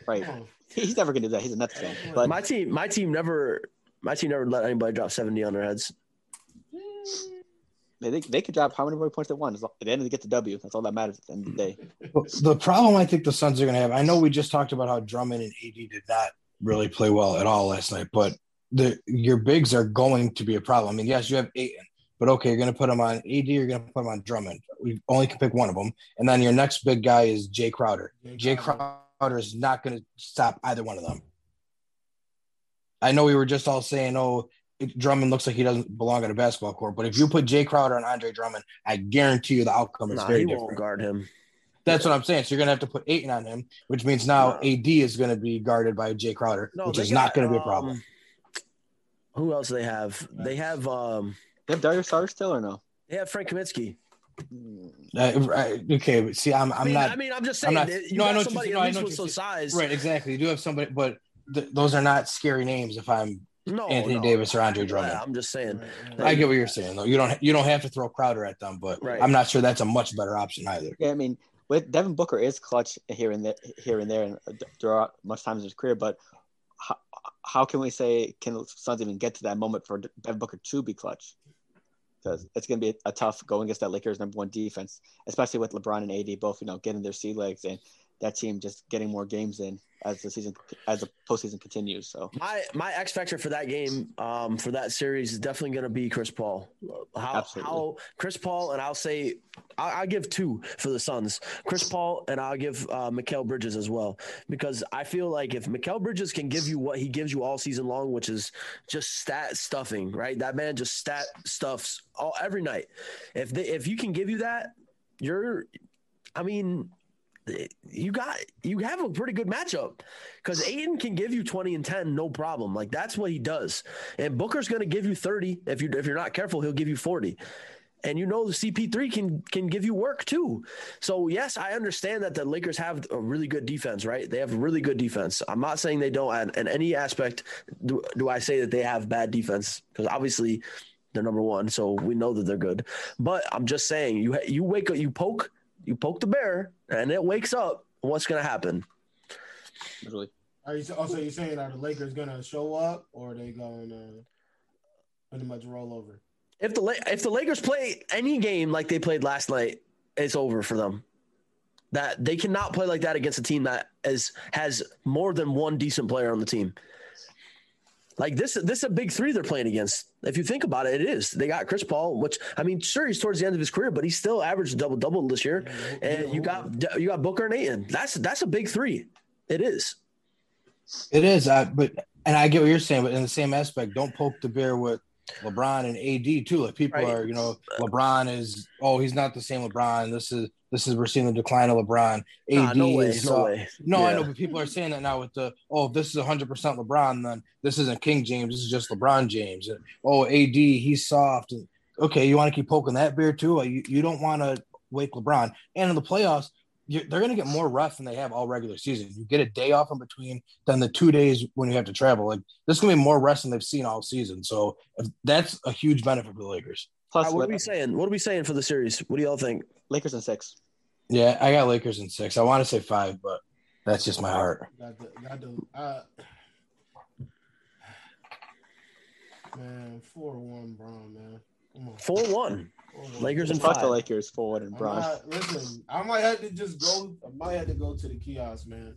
Speaker 2: right?
Speaker 1: Come on.
Speaker 2: He- He's never gonna do that. He's a Nets fan. But
Speaker 3: My team, my team never, my team never let anybody drop 70 on their heads.
Speaker 2: they, they, they could drop how many more points they want. As long, at the end, they get the W. That's all that matters at the end of the day.
Speaker 4: the problem I think the Suns are going to have. I know we just talked about how Drummond and AD did not really play well at all last night, but the your bigs are going to be a problem. I mean, yes, you have Aiton, but okay, you're going to put him on AD. You're going to put him on Drummond. We only can pick one of them, and then your next big guy is Jay Crowder. Jay Crowder is not going to stop either one of them. I know we were just all saying, oh, Drummond looks like he doesn't belong on a basketball court, but if you put Jay Crowder and Andre Drummond, I guarantee you the outcome is
Speaker 3: Nah,
Speaker 4: very
Speaker 3: he
Speaker 4: different.
Speaker 3: won't guard him.
Speaker 4: That's what I'm saying. So you're gonna have to put Aiton on him, which means now
Speaker 3: No.
Speaker 4: AD is gonna be guarded by Jay Crowder,
Speaker 3: No,
Speaker 4: which
Speaker 3: they
Speaker 4: is
Speaker 3: got,
Speaker 4: not gonna be a problem.
Speaker 3: um, who else do they have? They have, um,
Speaker 2: They have Darius Sarge still or no?
Speaker 3: they have Frank Kaminsky.
Speaker 2: Mm,
Speaker 4: Uh, right, okay, but see, I'm I'm
Speaker 3: I mean,
Speaker 4: not
Speaker 3: I mean, I'm just saying,
Speaker 4: I'm not-
Speaker 3: that you
Speaker 4: no, I
Speaker 3: got
Speaker 4: know what you
Speaker 3: somebody
Speaker 4: said.
Speaker 3: at
Speaker 4: No, I
Speaker 3: least
Speaker 4: know
Speaker 3: with
Speaker 4: what
Speaker 3: some
Speaker 4: you
Speaker 3: size.
Speaker 4: right. Exactly, you do have somebody, but th- those are not scary names. If I'm,
Speaker 3: No,
Speaker 4: Anthony
Speaker 3: no.
Speaker 4: Davis or
Speaker 3: I know
Speaker 4: Andre
Speaker 3: that.
Speaker 4: Drummond.
Speaker 3: I'm just saying.
Speaker 4: I get what you're saying though. You don't you don't have to throw Crowder at them, but
Speaker 3: Right.
Speaker 4: I'm not sure that's a much better option either.
Speaker 2: Yeah, I mean, with Devin Booker is clutch here and there, here and there, and uh, throughout much time in his career. But how, how can we say can the Suns even get to that moment for Devin Booker to be clutch? Because it's going to be a tough going against that Lakers number one defense, especially with LeBron and AD both you know getting their sea legs and that team just getting more games in as the season as the postseason continues. So
Speaker 3: My my X factor for that game, um, for that series, is definitely going to be Chris Paul. How
Speaker 2: Absolutely.
Speaker 3: how Chris Paul and I'll say I, I'll give two for the Suns. Chris Paul and I'll give uh, Mikael Bridges as well because I feel like if Mikael Bridges can give you what he gives you all season long, which is just stat stuffing, right? That man just stat stuffs all every night. If they, if you can give you that, you're, I mean. You got you have a pretty good matchup because Aiden can give you 20 and 10, no problem. Like that's what he does. And Booker's going to give you 30. If you if you're not careful, he'll give you 40. And you know the CP3 can can give you work too. So yes, I understand that the Lakers have a really good defense, right? They have really good defense. I'm not saying they don't. And in any aspect, do, do I say that they have bad defense? Because obviously, they're number one, so we know that they're good. But I'm just saying, you ha- you wake up, you poke, you poke the bear, and it wakes up. What's going to happen?
Speaker 2: literally,
Speaker 1: Are you also you're saying are the Lakers gonna show up or are they gonna uh, pretty much roll over?
Speaker 3: If the La- if the Lakers play any game like they played last night, it's over for them. that they cannot play like that against a team that is has more than one decent player on the team. Like this, this is a big three they're playing against. If you think about it, it is. They got Chris Paul, which I mean, sure he's towards the end of his career, but he still averaged double double this year. And you got you got Booker and Aiton. That's that's a big three. It is.
Speaker 4: It is, I, but and I get what you're saying, but in the same aspect, don't poke the bear with LeBron and AD too. Like people
Speaker 3: Right.
Speaker 4: are, you know, LeBron is oh he's not the same LeBron. This is this is we're seeing the decline of LeBron. AD
Speaker 3: Nah, no way,
Speaker 4: is
Speaker 3: no
Speaker 4: uh,
Speaker 3: way.
Speaker 4: No, I
Speaker 3: Yeah.
Speaker 4: know, but people are saying that now with the oh, if this is 100 percent LeBron, then this isn't King James, this is just LeBron James. And, oh, AD, he's soft. And, okay, you want to keep poking that beer too? Like, You, you don't want to wake LeBron. And in the playoffs, you they're going to get more rest than they have all regular season. You get a day off in between, than the two days when you have to travel. Like this going to be more rest than they've seen all season. So if- that's a huge benefit for the Lakers.
Speaker 2: Plus,
Speaker 3: Uh, what are
Speaker 2: Le-
Speaker 3: we saying? What are we saying for the series? What do y'all think?
Speaker 2: Lakers in six.
Speaker 4: Yeah, I got Lakers in six. I want to say five, but that's just my heart.
Speaker 1: Got the, got the, uh, man, four one Brown, man. Come on,
Speaker 3: Four one.
Speaker 1: 4-1.
Speaker 3: Lakers in
Speaker 2: Fuck
Speaker 3: five. Uh,
Speaker 2: the Lakers forward and
Speaker 1: I'm
Speaker 2: Bron.
Speaker 1: not- listen, I might have to just go. I might have to go to the kiosk, man.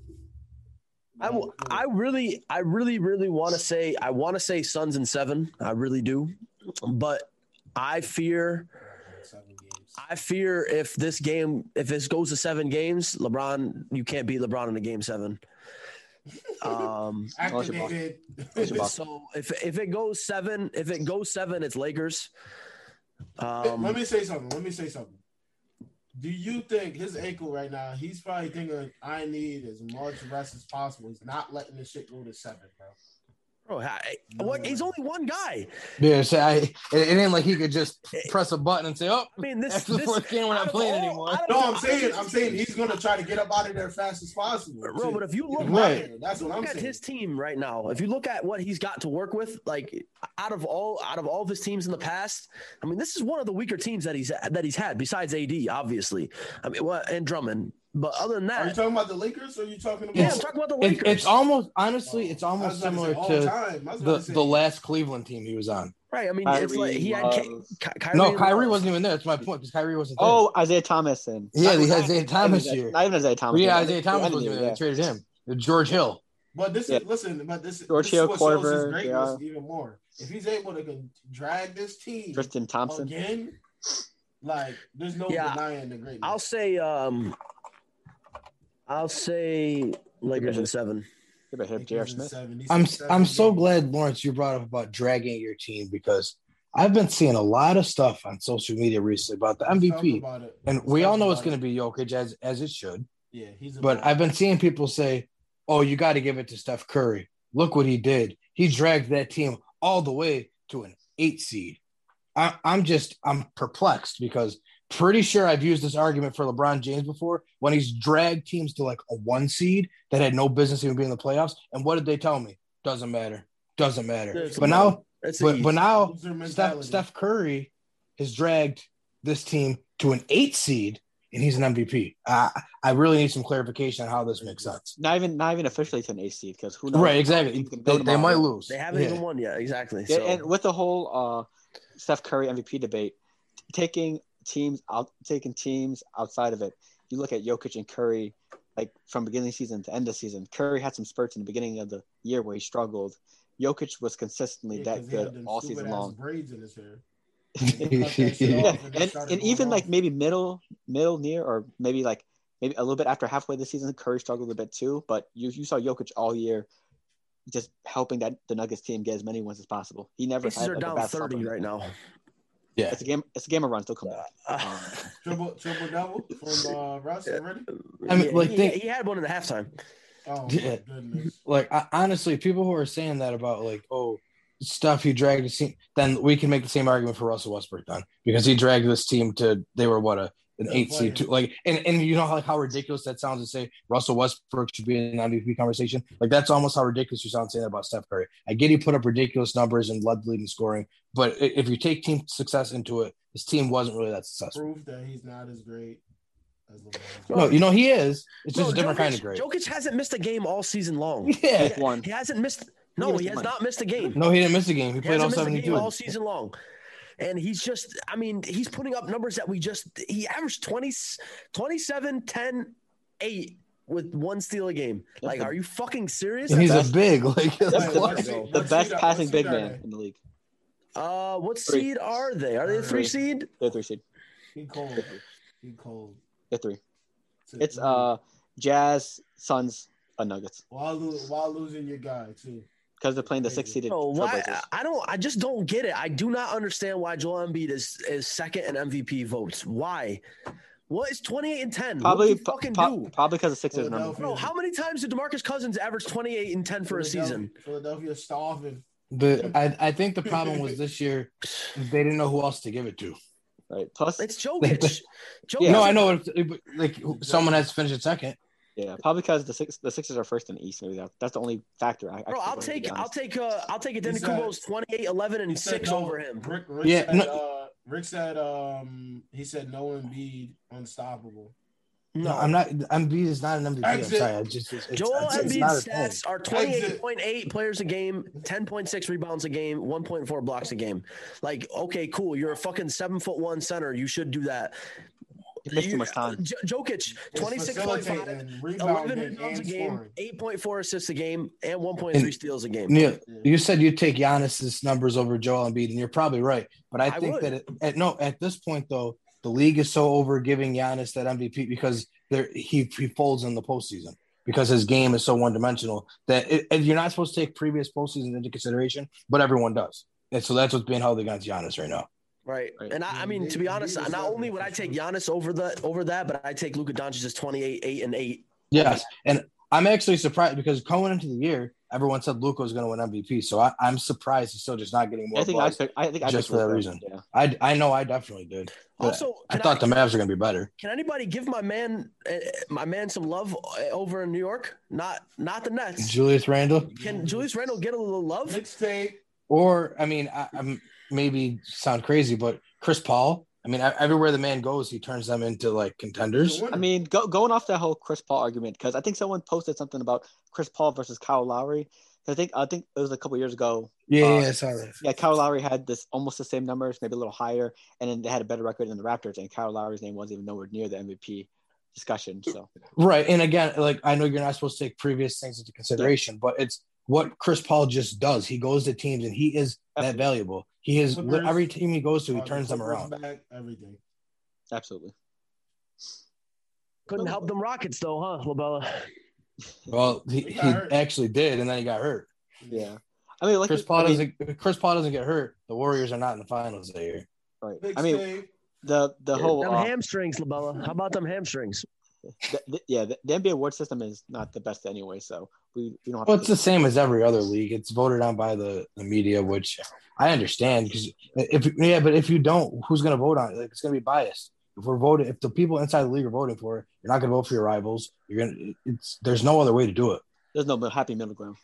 Speaker 3: I, w- I really, I really, really want to say, I want to say Suns in seven. I really do. But I fear,
Speaker 1: Seven games.
Speaker 3: I fear if this game, if this goes to seven games, LeBron, you can't beat LeBron in a game seven. Um,
Speaker 2: Watch your ball.
Speaker 1: Activated.
Speaker 2: your ball.
Speaker 3: so if, if it goes seven, if it goes seven, it's Lakers. Um,
Speaker 1: Let me say something. Let me say something. Do you think his ankle right now? He's probably thinking, "I need as much rest as possible." He's not letting this shit go to seven, bro.
Speaker 3: bro, I- what, he's only one guy.
Speaker 4: Yeah, so I, it, it ain't like he could just press a button and say, "Oh,
Speaker 3: I mean, Eh, this,
Speaker 4: after the
Speaker 3: this
Speaker 4: fourth game, we're
Speaker 3: out
Speaker 4: not
Speaker 3: of
Speaker 4: playing
Speaker 3: all-
Speaker 4: anymore."
Speaker 3: out of
Speaker 1: No,
Speaker 3: all-
Speaker 1: I'm saying, I'm saying he's gonna try to get up out of there fast as possible.
Speaker 3: Bro, but if you look,
Speaker 4: Right.
Speaker 1: That's what I'm
Speaker 3: look at
Speaker 1: saying.
Speaker 3: his team right now. If you look at what he's got to work with, like out of all out of all of his teams in the past, I mean, this is one of the weaker teams that he's that he's had besides AD, obviously. I mean, well, and Drummond, but other than
Speaker 1: Are you
Speaker 3: that,
Speaker 1: talking about the Lakers or are you talking about?
Speaker 3: yeah, I'm talking about the
Speaker 4: It,
Speaker 3: Lakers.
Speaker 4: it's almost honestly, it's
Speaker 1: I was
Speaker 4: almost
Speaker 1: about to
Speaker 4: similar
Speaker 1: say all
Speaker 4: to
Speaker 1: time. I was about
Speaker 4: the
Speaker 1: to say-
Speaker 4: the last Cleveland team he was on.
Speaker 3: right. I mean, it's
Speaker 2: Kyrie,
Speaker 3: like he had Ky-
Speaker 2: Love.
Speaker 3: Ky- Kyrie
Speaker 4: No,
Speaker 3: and
Speaker 4: Kyrie
Speaker 3: Love.
Speaker 4: wasn't even there. That's my point because Kyrie wasn't there.
Speaker 2: Oh, Isaiah Thomas and
Speaker 4: yeah,
Speaker 2: Not- not-
Speaker 4: he had Isaiah
Speaker 2: not even
Speaker 4: Thomas
Speaker 2: Isaiah-
Speaker 4: here.
Speaker 2: Not even Isaiah Thomas.
Speaker 4: Yeah,
Speaker 2: Isaiah-
Speaker 4: Isaiah Thomas
Speaker 2: Isaiah,
Speaker 4: wasn't even there.
Speaker 2: yeah.
Speaker 4: They traded him. George Hill.
Speaker 1: But this
Speaker 2: Yeah.
Speaker 1: is listen, but this,
Speaker 2: George
Speaker 1: this
Speaker 2: Hill,
Speaker 1: is what shows his
Speaker 2: Corver,
Speaker 1: greatness
Speaker 2: yeah.
Speaker 1: even more. If he's able to con- drag this team
Speaker 2: Tristan Thompson.
Speaker 3: Oh,
Speaker 1: again, like there's no
Speaker 3: Yeah,
Speaker 1: denying the greatness.
Speaker 3: I'll say, um, I'll say Lakers in seven.
Speaker 2: Give a hip,
Speaker 1: Lakers
Speaker 2: J.R.
Speaker 1: in
Speaker 2: Smith.
Speaker 1: 76,
Speaker 4: I'm I'm so
Speaker 1: games.
Speaker 4: glad Lawrence you brought up about dragging your team because I've been seeing a lot of stuff on social media recently about the
Speaker 1: Let's talk
Speaker 4: MVP,
Speaker 1: about it.
Speaker 4: and
Speaker 1: Let's
Speaker 4: we
Speaker 1: talk
Speaker 4: all know it's
Speaker 1: about it.
Speaker 4: going to be Jokic as as it should.
Speaker 1: Yeah, he's. A
Speaker 4: But I've been seeing people say, "Oh, you got to give it to Steph Curry. Look what he did. He dragged that team all the way to an eight seed." I, I'm just I'm perplexed because pretty sure I've used this argument for LeBron James before when he's dragged teams to like a one seed that had no business even being in the playoffs. And what did they tell me? Doesn't matter. Doesn't matter.
Speaker 3: Doesn't
Speaker 4: But now,
Speaker 3: That's the
Speaker 4: but,
Speaker 3: East.
Speaker 4: but now
Speaker 1: loser mentality.
Speaker 4: Steph, Steph Curry has dragged this team to an eight seed, and he's an MVP. I, I really need some clarification on how this makes sense.
Speaker 2: Not even not even officially to an AC because who knows?
Speaker 4: Right, exactly.
Speaker 2: You can
Speaker 4: They,
Speaker 2: build
Speaker 4: they
Speaker 2: them
Speaker 4: might
Speaker 2: up.
Speaker 4: lose.
Speaker 3: they haven't
Speaker 4: Yeah.
Speaker 3: even won yet. Exactly.
Speaker 2: Yeah,
Speaker 3: So.
Speaker 2: and with the whole uh, Steph Curry MVP debate, taking teams out, taking teams outside of it, you look at Jokic and Curry, like from beginning of season to end of season. Curry had some spurts in the beginning of the year where he struggled. Jokic was consistently
Speaker 1: Yeah, 'cause
Speaker 2: that
Speaker 1: he had
Speaker 2: good
Speaker 1: them
Speaker 2: all
Speaker 1: stupid
Speaker 2: season
Speaker 1: ass
Speaker 2: long.
Speaker 1: Braids in his hair.
Speaker 2: yeah,
Speaker 1: and they
Speaker 2: and,
Speaker 1: started
Speaker 2: and
Speaker 1: going
Speaker 2: even
Speaker 1: off.
Speaker 2: like maybe middle, middle near, or maybe like maybe a little bit after halfway the season, Curry struggled a bit too. But you you saw Jokic all year, just helping that the Nuggets team get as many wins as possible. He never
Speaker 3: Pacers
Speaker 2: had
Speaker 3: are
Speaker 2: like, a
Speaker 3: down
Speaker 2: bad
Speaker 3: 30
Speaker 2: summer. Um,
Speaker 3: right now.
Speaker 4: yeah.
Speaker 2: It's a game. It's a game of runs. They'll come back.
Speaker 3: Uh,
Speaker 1: triple triple double from uh, Russ already.
Speaker 4: I mean,
Speaker 3: yeah,
Speaker 4: like,
Speaker 3: he,
Speaker 4: think-
Speaker 3: he had one in the halftime.
Speaker 1: Oh
Speaker 4: Yeah.
Speaker 1: my goodness.
Speaker 4: Like I, honestly, people who are saying that about like oh stuff he dragged his team, then we can make the same argument for Russell Westbrook then because he dragged this team to they were what a an
Speaker 1: Yeah,
Speaker 4: eight seed
Speaker 1: playing.
Speaker 4: two like and and you know how like how ridiculous that sounds to say Russell Westbrook should be in an MVP conversation like that's almost how ridiculous you sound saying that about Steph Curry. I get he put up ridiculous numbers and led the league in scoring, but i- if you take team success into it, his team wasn't really that successful.
Speaker 1: Proof that he's not as great as LeBron.
Speaker 2: Oh,
Speaker 4: No, you know he is. It's
Speaker 3: Bro,
Speaker 4: just a different kind
Speaker 3: Jokic-
Speaker 4: of great.
Speaker 3: Jokic hasn't missed a game all season long.
Speaker 4: Yeah.
Speaker 2: Pick one.
Speaker 3: He hasn't missed.
Speaker 2: He
Speaker 3: No,
Speaker 2: missed
Speaker 3: he
Speaker 2: one.
Speaker 3: has not missed a game.
Speaker 4: No, he didn't miss a game. He
Speaker 3: He
Speaker 4: played all
Speaker 3: hasn't missed a game
Speaker 4: 72.
Speaker 3: all season long. And he's just, I mean, he's putting up numbers that we just, he averaged 20, 27, 10, eight with one steal a game.
Speaker 2: That's
Speaker 3: Like,
Speaker 2: the-
Speaker 3: are you fucking serious?
Speaker 4: And he's a
Speaker 2: That's-
Speaker 4: big like.
Speaker 2: That's
Speaker 4: like,
Speaker 2: the,
Speaker 4: what?
Speaker 1: Let's see.
Speaker 2: the
Speaker 1: Let's
Speaker 2: best
Speaker 1: see that-
Speaker 2: passing
Speaker 1: let's see
Speaker 2: big
Speaker 1: that
Speaker 2: man
Speaker 1: guy.
Speaker 2: in the league.
Speaker 3: Uh, what
Speaker 2: Three.
Speaker 3: seed are they? Are they the three
Speaker 2: Three.
Speaker 3: seed?
Speaker 2: They're three seed.
Speaker 1: He cold. He cold.
Speaker 2: They're three.
Speaker 1: To-
Speaker 2: It's uh Jazz, Suns, uh, Nuggets
Speaker 1: while lo- while losing your guy too.
Speaker 2: because they're playing the six seeded
Speaker 3: No, Oh, why?
Speaker 2: Trailblazers.
Speaker 3: I don't. I just don't get it. I do not understand why Joel Embiid is is second in MVP votes. Why? What is twenty eight and ten?
Speaker 2: Probably,
Speaker 3: what do you fucking
Speaker 2: po-
Speaker 3: do?
Speaker 2: probably because the Sixers number.
Speaker 1: Philadelphia-
Speaker 3: Bro, how many times did Demarcus Cousins average twenty eight and ten for a
Speaker 1: Philadelphia-
Speaker 3: season?
Speaker 1: Philadelphia starving.
Speaker 4: But I, I think the problem was this year they didn't know who else to give it to.
Speaker 2: Right. Plus,
Speaker 3: It's Jokic. Jokic.
Speaker 2: Yeah.
Speaker 4: No, I know. It, but like someone has to finish it second.
Speaker 2: yeah, probably because the six the Sixers are first in the East. Maybe that, that's the only factor. I, actually
Speaker 3: Bro, I'll
Speaker 2: would, to be
Speaker 3: take I'll
Speaker 2: honest.
Speaker 3: take uh I'll take it. Then
Speaker 1: He said-
Speaker 3: Kubo's 28, 11,
Speaker 1: He
Speaker 3: and
Speaker 1: said
Speaker 3: six
Speaker 1: no.
Speaker 3: over him.
Speaker 1: Rick, Rick
Speaker 4: Yeah,
Speaker 1: said,
Speaker 4: no-
Speaker 1: uh, Rick said um he said no Embiid unstoppable.
Speaker 4: No, I'm not. Embiid is not an MVP. I'm
Speaker 1: Exit.
Speaker 4: sorry. I just it's,
Speaker 3: Joel
Speaker 4: it's, it's not
Speaker 3: Embiid's
Speaker 4: his thing.
Speaker 3: stats are 28.8
Speaker 1: Exit.
Speaker 3: players a game, 10.6 rebounds a game, 1.4 blocks a game. Like, okay, cool. You're a fucking seven foot one center. You should do that.
Speaker 2: He missed
Speaker 3: You-
Speaker 2: too much time.
Speaker 3: J- Jokic,
Speaker 1: It's
Speaker 3: 26.5,
Speaker 1: facilitating,
Speaker 3: 11
Speaker 1: rebounding,
Speaker 3: rebounds a
Speaker 1: and
Speaker 3: game,
Speaker 1: scoring.
Speaker 3: 8.4 assists a game, and 1.3
Speaker 4: And-
Speaker 3: steals a game.
Speaker 4: Neil, you said you'd take Giannis's numbers over Joel Embiid, and you're probably right. But I
Speaker 3: I
Speaker 4: think
Speaker 3: would.
Speaker 4: that it, at no, at this point though, the league is so over giving Giannis that MVP because there he he folds in the postseason because his game is so one dimensional that it, and you're not supposed to take previous postseason into consideration, but everyone does. And so that's what's being held against Giannis right now.
Speaker 3: Right.
Speaker 2: Right.
Speaker 3: And I, I mean,
Speaker 1: Embiid-
Speaker 3: to be honest,
Speaker 1: Embiid is
Speaker 3: not
Speaker 1: not
Speaker 3: only
Speaker 1: good
Speaker 3: would
Speaker 1: for
Speaker 3: I take
Speaker 1: sure.
Speaker 3: Giannis over the over that, but I take Luka Doncic's 28, 8, and 8.
Speaker 4: Yes, and I'm actually surprised because going into the year, everyone said Luca was going to win MVP. So I, I'm surprised he's still just not getting more.
Speaker 2: I think I
Speaker 4: votes.
Speaker 2: picked. I think I picked
Speaker 4: just for that
Speaker 2: Luka.
Speaker 4: reason.
Speaker 2: Yeah.
Speaker 4: I, I know I definitely did. But
Speaker 3: Also,
Speaker 4: I
Speaker 3: can
Speaker 4: thought the Mavs were going to be better.
Speaker 3: Can anybody give my man uh, my man some love uh, over in New York? Not not the Nets.
Speaker 4: Julius Randle,
Speaker 3: Can Julius Randle get a little love?
Speaker 1: Mixtape.
Speaker 4: or I mean, I, I'm maybe sound crazy, but Chris Paul. I mean, I, everywhere the man goes, he turns them into like contenders.
Speaker 2: I mean, go, going off that whole Chris Paul argument, because I think someone posted something about Chris Paul versus Kyle Lowry. 'Cause I think I think it was a couple years ago.
Speaker 4: Yeah,
Speaker 2: Uh,
Speaker 4: yeah, I saw that.
Speaker 2: Yeah, Kyle Lowry had this almost the same numbers, maybe a little higher, and then they had a better record than the Raptors. And Kyle Lowry's name wasn't even nowhere near the MVP discussion. So
Speaker 4: Right, and again, like I know you're not supposed to take previous things into consideration, but it's what Chris Paul just does. He goes to teams, and he is that valuable. He is
Speaker 1: Clippers.
Speaker 4: every team he goes to, he
Speaker 1: Uh,
Speaker 4: turns them
Speaker 1: Clippers
Speaker 4: around.
Speaker 1: Back, everything.
Speaker 2: absolutely,
Speaker 3: Couldn't help them Rockets though, huh, Labella?
Speaker 4: Well, he,
Speaker 1: He
Speaker 4: he
Speaker 1: got hurt.
Speaker 4: actually did, and then he got hurt.
Speaker 2: yeah. I mean, like
Speaker 4: Chris Paul
Speaker 2: I mean,
Speaker 4: doesn't. if Chris Paul doesn't get hurt. The Warriors are not in the finals that year.
Speaker 2: right.
Speaker 1: Mixtape.
Speaker 2: I mean, the the whole
Speaker 3: them
Speaker 2: uh,
Speaker 3: hamstrings, Labella. How about them hamstrings?
Speaker 2: the- the- yeah, the, the NBA award system is not the best anyway. So we, we don't have
Speaker 4: Well,
Speaker 2: to.
Speaker 4: it's the same as every other league. It's voted on by the, the media, which I understand because if yeah, but if you don't, who's going to vote on it? Like it's going to be biased. If we're voting, if the people inside the league are voting for it, you're not going to vote for your rivals. You're going to. It's there's no other way to do it.
Speaker 2: there's no happy middle ground.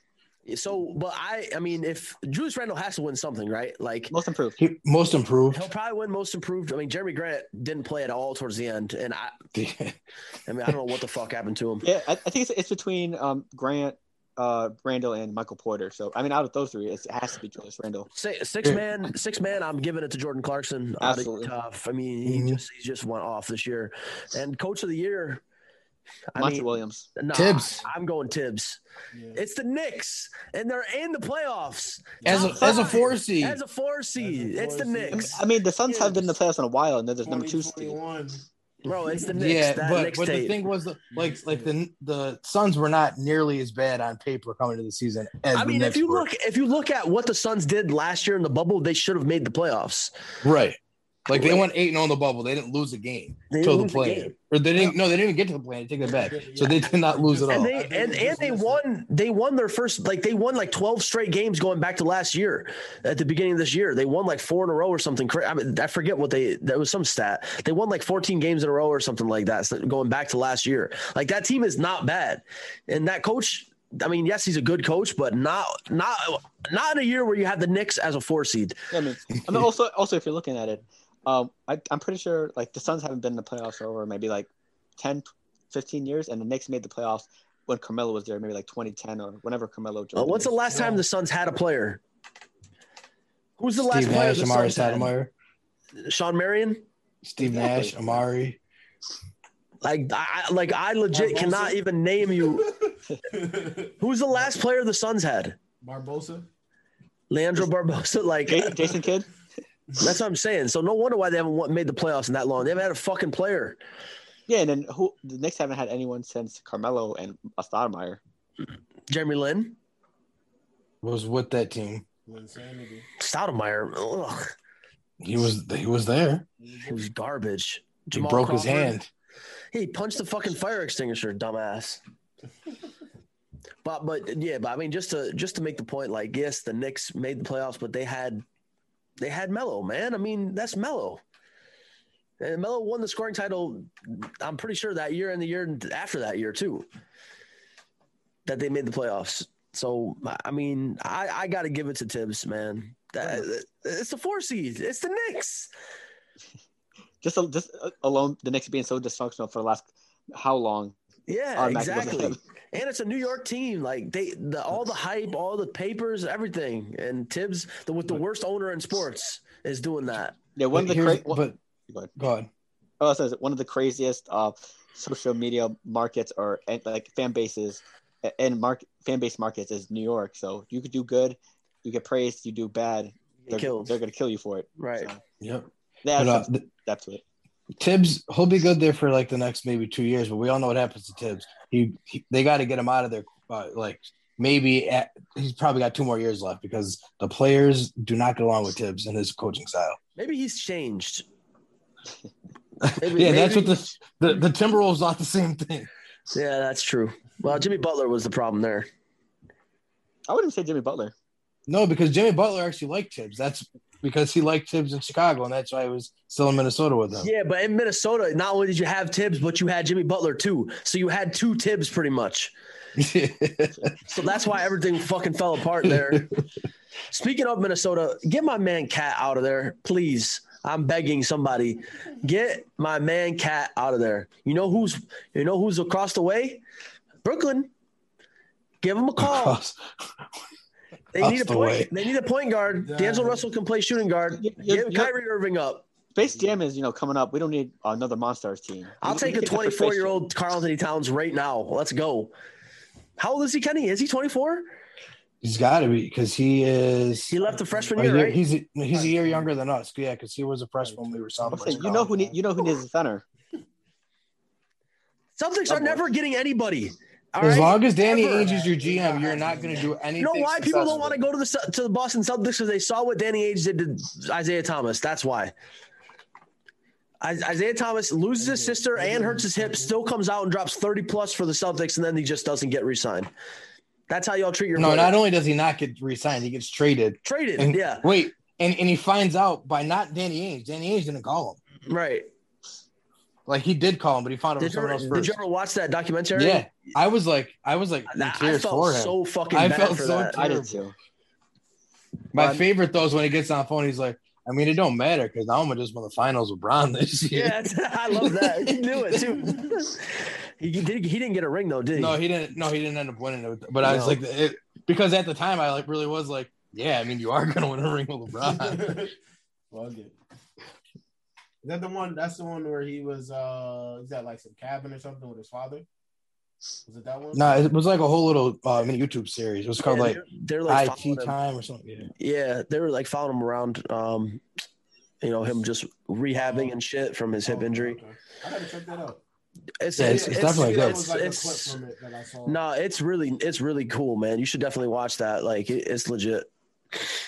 Speaker 3: So, but I I mean, if Julius Randle has to win something, right? Like
Speaker 2: Most improved.
Speaker 4: He, most improved.
Speaker 3: he'll probably win most improved. I mean, Jeremy Grant didn't play at all towards the end, and I I mean I don't know what the fuck happened to him.
Speaker 2: Yeah, I, I think it's, it's between um, Grant, uh, Randall, and Michael Porter. So I mean, out of those three, it's, it has to be Julius Randall.
Speaker 3: Si- Six man, six man. I'm giving it to Jordan Clarkson. Out of
Speaker 2: Absolutely.
Speaker 3: tough. I mean, he
Speaker 4: Mhm.
Speaker 3: just he just went off this year, and coach of the year. I
Speaker 2: Monty
Speaker 3: mean,
Speaker 2: Williams.
Speaker 3: nah,
Speaker 4: Tibbs.
Speaker 3: I'm going Tibbs.
Speaker 1: Yeah.
Speaker 3: It's the Knicks, and they're in the playoffs
Speaker 4: as a, as a four seed.
Speaker 3: as a four seed.
Speaker 1: four
Speaker 3: it's the
Speaker 1: seed.
Speaker 3: Knicks,
Speaker 2: I mean, the Suns have been in the playoffs in a while, and they're just number two seed.
Speaker 1: 2021.
Speaker 3: bro. It's the Knicks.
Speaker 4: yeah,
Speaker 3: that
Speaker 4: but
Speaker 3: Knicks
Speaker 4: but the
Speaker 3: tape.
Speaker 4: thing was, the, like like the the Suns were not nearly as bad on paper coming to the season. As
Speaker 3: I mean, if you look if you look at what the Suns did last year in the bubble, they should have made the playoffs.
Speaker 4: right, like they went eight and on the bubble, they didn't lose a game.
Speaker 3: They
Speaker 4: till
Speaker 3: didn't lose
Speaker 4: the play.
Speaker 3: game.
Speaker 4: Or they didn't. No, they didn't even get to the play. Take that back. So they did not lose at
Speaker 3: and
Speaker 4: all.
Speaker 3: they and, and they won they won their first like they won like 12 straight games going back to last year at the beginning of this year they won like four in a row or something cra- I, mean, I forget what they that was some stat they won like 14 games in a row or something like that so going back to last year like that team is not bad and that coach I mean yes he's a good coach but not not not in a year where you have the Knicks as a four seed
Speaker 2: Yeah, I mean, I mean, also also if you're looking at it, um, I, I'm pretty sure like the Suns haven't been in the playoffs over maybe like 10, 15 years, and the Knicks made the playoffs when Carmelo was there, maybe like 2010 or whenever Carmelo joined.
Speaker 4: Oh,
Speaker 3: Uh, when's the
Speaker 2: Knicks.
Speaker 3: last time the Suns had a player who's the last
Speaker 4: Steve
Speaker 3: player
Speaker 4: Nash,
Speaker 3: the
Speaker 4: Amari
Speaker 3: Suns had?
Speaker 4: Stoudemire,
Speaker 3: Sean Marion
Speaker 4: Steve Nash, Amari.
Speaker 3: Like I I- like I legit cannot even name you who's the last player the Suns had.
Speaker 1: Barbosa.
Speaker 3: Leandro Barbosa, like
Speaker 2: Ja- Jason Kidd.
Speaker 3: that's what I'm saying. So no wonder why they haven't wa- made the playoffs in that long. They haven't had a fucking player.
Speaker 2: Yeah, and then who? The Knicks haven't had anyone since Carmelo and Stoudemire.
Speaker 3: Jeremy Lin,
Speaker 4: was with that team.
Speaker 1: Insanity.
Speaker 3: Stoudemire, ugh,
Speaker 4: He was he was there.
Speaker 3: he was garbage. Jamal
Speaker 4: he broke his
Speaker 3: Crawford.
Speaker 4: hand.
Speaker 3: He punched the fucking fire extinguisher, dumbass. but but yeah, but I mean just to just to make the point, like yes, the Knicks made the playoffs, but they had they had Melo, man. I mean that's Melo. And Melo won the scoring title. I'm pretty sure that year and the year after that year too. That they made the playoffs. So I mean, I, I got to give it to Tibbs, man. That, it's the four seed. It's the Knicks.
Speaker 2: Just a- just a- alone, the Knicks being so dysfunctional for the last how long?
Speaker 3: Yeah,
Speaker 2: Automatic goes
Speaker 3: exactly.
Speaker 2: ahead.
Speaker 3: And it's a New York team. Like they, the, all the hype, all the papers, everything. And Tibbs, the, with the worst owner in sports, is doing that.
Speaker 2: Yeah, one of
Speaker 4: But
Speaker 2: the
Speaker 4: here's-
Speaker 2: cra- one-
Speaker 4: but
Speaker 2: go ahead.
Speaker 4: go ahead.
Speaker 2: oh, sorry, one of the craziest uh, social media markets or and, like fan bases and mark fan base markets is New York. So you could do good, you get praised. You do bad,
Speaker 3: Get
Speaker 2: they're,
Speaker 3: killed.
Speaker 2: they're gonna kill you for it.
Speaker 3: Right.
Speaker 2: So
Speaker 4: Yep.
Speaker 2: they have
Speaker 4: But, uh,
Speaker 2: some
Speaker 4: th-
Speaker 2: step to it.
Speaker 4: Tibbs, he'll be good there for like the next maybe two years, but we all know what happens to Tibbs. He, he they got to get him out of there. Uh, like maybe at, he's probably got two more years left because the players do not get along with Tibbs and his coaching style.
Speaker 3: Maybe he's changed. Maybe-
Speaker 4: yeah, that's what
Speaker 3: maybe-
Speaker 4: the, the the Timberwolves not the same thing.
Speaker 3: Yeah, that's true. Well, Jimmy Butler was the problem there.
Speaker 2: I wouldn't say Jimmy Butler.
Speaker 4: No, because Jimmy Butler actually liked Tibbs. That's because he liked Tibbs in Chicago, and that's why he was still in Minnesota with them.
Speaker 3: Yeah, but in Minnesota, not only did you have Tibbs, but you had Jimmy Butler too. So you had two Tibbs pretty much. So that's why everything fucking fell apart there. Speaking of Minnesota, get my man Cat out of there, please. I'm begging somebody, get my man Cat out of there. You know who's you know who's across the way? Brooklyn. Give him a call.
Speaker 4: Across-
Speaker 3: They need a
Speaker 4: across the
Speaker 3: point.
Speaker 4: way.
Speaker 3: They need a point guard.
Speaker 1: Yeah.
Speaker 3: D'Angelo Russell can play shooting guard.
Speaker 2: You- you-
Speaker 3: Give
Speaker 2: you-
Speaker 3: Kyrie Irving up.
Speaker 2: Space Jam is you know coming up. We don't need another Monstars team.
Speaker 3: I'll
Speaker 2: We-
Speaker 3: take
Speaker 2: we can
Speaker 3: a
Speaker 2: get the
Speaker 3: 24 year
Speaker 2: perfection.
Speaker 3: old Carl Anthony Towns right now. Let's go. How old is he, Kenny? Is he 24?
Speaker 4: He's got to be because he is.
Speaker 3: He left the freshman
Speaker 4: a
Speaker 3: year,
Speaker 4: year-
Speaker 3: right?
Speaker 4: He's a, he's a year younger than us. Yeah, because he was a freshman when we were
Speaker 2: I'm
Speaker 4: sophomores.
Speaker 2: saying, you know who need, you know who needs a center.
Speaker 3: Celtics
Speaker 2: Come
Speaker 3: are
Speaker 2: on.
Speaker 3: never getting anybody. All
Speaker 4: As
Speaker 3: right?
Speaker 4: long as Danny
Speaker 3: Ever.
Speaker 4: Ainge is your GM, you're not going to do anything.
Speaker 3: You know why people
Speaker 4: successful.
Speaker 3: don't want to go to the Ce- to the Boston Celtics because they saw what Danny Ainge did to Isaiah Thomas. That's why. I- Isaiah Thomas loses his sister and hurts his hip, still comes out and drops 30 plus for the Celtics, and then he just doesn't get re signed. That's how y'all treat your
Speaker 4: No,
Speaker 3: players.
Speaker 4: not only does he not get re-signed, he gets traded.
Speaker 3: traded.
Speaker 4: And
Speaker 3: yeah,
Speaker 4: wait, and and he finds out by not Danny Ainge. Danny Ainge didn't call him.
Speaker 3: right.
Speaker 4: Like he did call him, but he found out
Speaker 3: Did
Speaker 4: from
Speaker 3: you,
Speaker 4: someone
Speaker 3: ever,
Speaker 4: else
Speaker 3: did
Speaker 4: first.
Speaker 3: you ever watch that documentary?
Speaker 4: yeah, I was like, I was like, in
Speaker 3: Nah, I
Speaker 4: tears
Speaker 3: felt
Speaker 4: for him.
Speaker 3: so fucking
Speaker 4: I
Speaker 3: bad
Speaker 4: felt
Speaker 3: for
Speaker 4: so
Speaker 3: that.
Speaker 4: t-
Speaker 2: I did too.
Speaker 4: My
Speaker 2: But-
Speaker 4: favorite though is when he gets on the phone. He's like, I mean, it don't matter because now I'm just won the finals with Bron this year.
Speaker 3: yeah, I love that. He knew it too. he, did, he didn't get a ring though, did he?
Speaker 4: No, he didn't. No, he didn't end up winning it. But I was
Speaker 3: No.
Speaker 4: like, it, because at the time I like really was like, yeah, I mean, you are gonna win a ring with LeBron.
Speaker 1: Fuck it. Is that the one? That's the one where he was. uh Is that like some cabin or something with his father? Was it that one?
Speaker 4: no, it was like a whole little uh, mini YouTube series. It was called
Speaker 3: Yeah,
Speaker 4: like
Speaker 3: they're, they're like following
Speaker 4: IT
Speaker 3: him.
Speaker 4: time or something. Yeah.
Speaker 3: Yeah, they were like following him around. Um, you know, him just rehabbing and shit from his hip
Speaker 1: Oh,
Speaker 3: injury.
Speaker 1: okay. I gotta check that out.
Speaker 3: It's,
Speaker 4: Yeah,
Speaker 3: it's,
Speaker 4: it's
Speaker 3: it's,
Speaker 4: definitely
Speaker 1: that
Speaker 4: good.
Speaker 1: was
Speaker 3: It's,
Speaker 1: like
Speaker 3: it's,
Speaker 1: a clip from it that I saw.
Speaker 3: no, it's really, it's really cool, man. You should definitely watch that. Like, it, it's legit.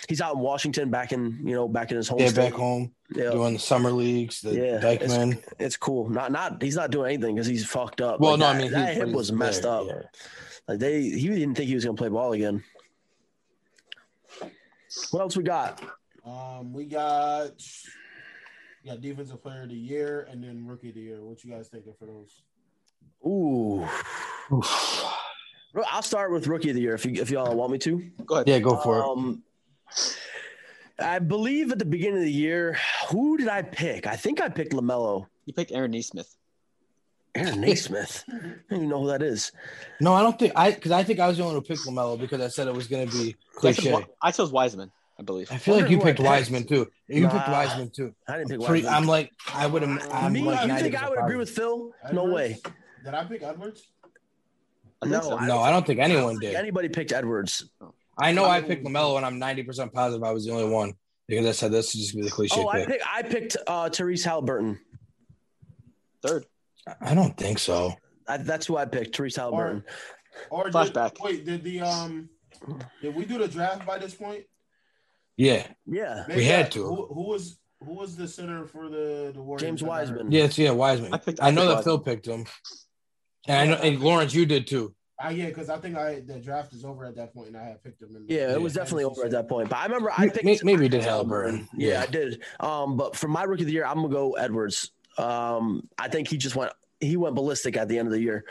Speaker 3: He's out in Washington, back in you know, back in his home
Speaker 4: Yeah,
Speaker 3: state.
Speaker 4: back home
Speaker 3: Yeah,
Speaker 4: doing the summer leagues, the
Speaker 3: Yeah, it's-
Speaker 4: Dykeman.
Speaker 3: it's cool. Not, not he's not doing anything because he's fucked up.
Speaker 4: Well,
Speaker 3: Like,
Speaker 4: no,
Speaker 3: that,
Speaker 4: I mean
Speaker 3: that
Speaker 4: he-
Speaker 3: hip
Speaker 4: he's
Speaker 3: was messed
Speaker 4: there,
Speaker 3: up.
Speaker 4: yeah.
Speaker 3: Like they, he didn't think he was gonna play ball again. What else we got?
Speaker 1: Um, we got we got defensive player of the year and then rookie of the year. What you guys thinking for those?
Speaker 3: Ooh,
Speaker 4: Oof.
Speaker 3: I'll start with rookie of the year if you if y'all want me to.
Speaker 2: Go ahead.
Speaker 4: Yeah, go for it.
Speaker 3: Um, I believe at the beginning of the year, who did I pick? I think I picked Lamelo.
Speaker 2: You picked Aaron Neesmith.
Speaker 3: Aaron Naismith. I don't even know who that is.
Speaker 4: No, I don't think I because I think I was the only one who picked Lamelo because I said it was going to be
Speaker 2: See, I chose
Speaker 4: cliche.
Speaker 2: Wi- I chose Wiseman. I believe.
Speaker 4: I feel like
Speaker 3: Wonder
Speaker 4: you
Speaker 3: who I
Speaker 4: picked
Speaker 3: picked.
Speaker 4: Wiseman too. You picked
Speaker 3: Nah.
Speaker 4: Wiseman too.
Speaker 3: I didn't pick
Speaker 4: Pretty-
Speaker 3: Wiseman. Uh,
Speaker 4: I'm like I would. am- I'm
Speaker 3: Me?
Speaker 4: like
Speaker 3: you
Speaker 4: 90%
Speaker 3: think I would agree
Speaker 4: positive.
Speaker 3: with Phil? No
Speaker 1: Edwards?
Speaker 3: way.
Speaker 1: Did I pick Edwards?
Speaker 2: I think
Speaker 3: No,
Speaker 2: so.
Speaker 3: I-
Speaker 4: No, I don't think anyone
Speaker 3: Like,
Speaker 4: did.
Speaker 3: Anybody picked Edwards?
Speaker 4: I know I picked Lamelo, and I'm 90 percent positive I was the only one because I said this is just gonna be the cliche
Speaker 3: Oh, I
Speaker 4: pick.
Speaker 3: picked. I picked uh, Therese Halliburton.
Speaker 2: Third.
Speaker 4: I don't think so.
Speaker 3: I, that's who I picked. Therese Halliburton.
Speaker 1: Or did,
Speaker 2: Flashback.
Speaker 1: Wait, did the um did we do the draft by this point?
Speaker 4: Yeah,
Speaker 3: Yeah.
Speaker 1: Maybe
Speaker 4: had
Speaker 1: I-
Speaker 4: to.
Speaker 1: Who, who was who was the center for the the Warriors?
Speaker 3: James
Speaker 1: that I heard?
Speaker 3: Wiseman.
Speaker 4: yeah, it's, yeah. Wiseman.
Speaker 2: I
Speaker 4: I,
Speaker 2: picked-
Speaker 4: know
Speaker 2: I
Speaker 4: that
Speaker 2: picked
Speaker 4: Phil picked him, and I know and Lawrence, you did too.
Speaker 1: Ah, yeah, because I think I the draft is over at that point, and I had picked him. In the,
Speaker 3: Yeah, it was
Speaker 1: Yeah.
Speaker 3: definitely over at that point. But I remember I
Speaker 4: May-
Speaker 3: picked.
Speaker 4: may- maybe you did Halliburton.
Speaker 3: Mm-hmm. Yeah,
Speaker 4: Yeah.
Speaker 3: I did. Um, but for my rookie of the year, I'm gonna go Edwards. Um, I think he just went he went ballistic at the end of the year.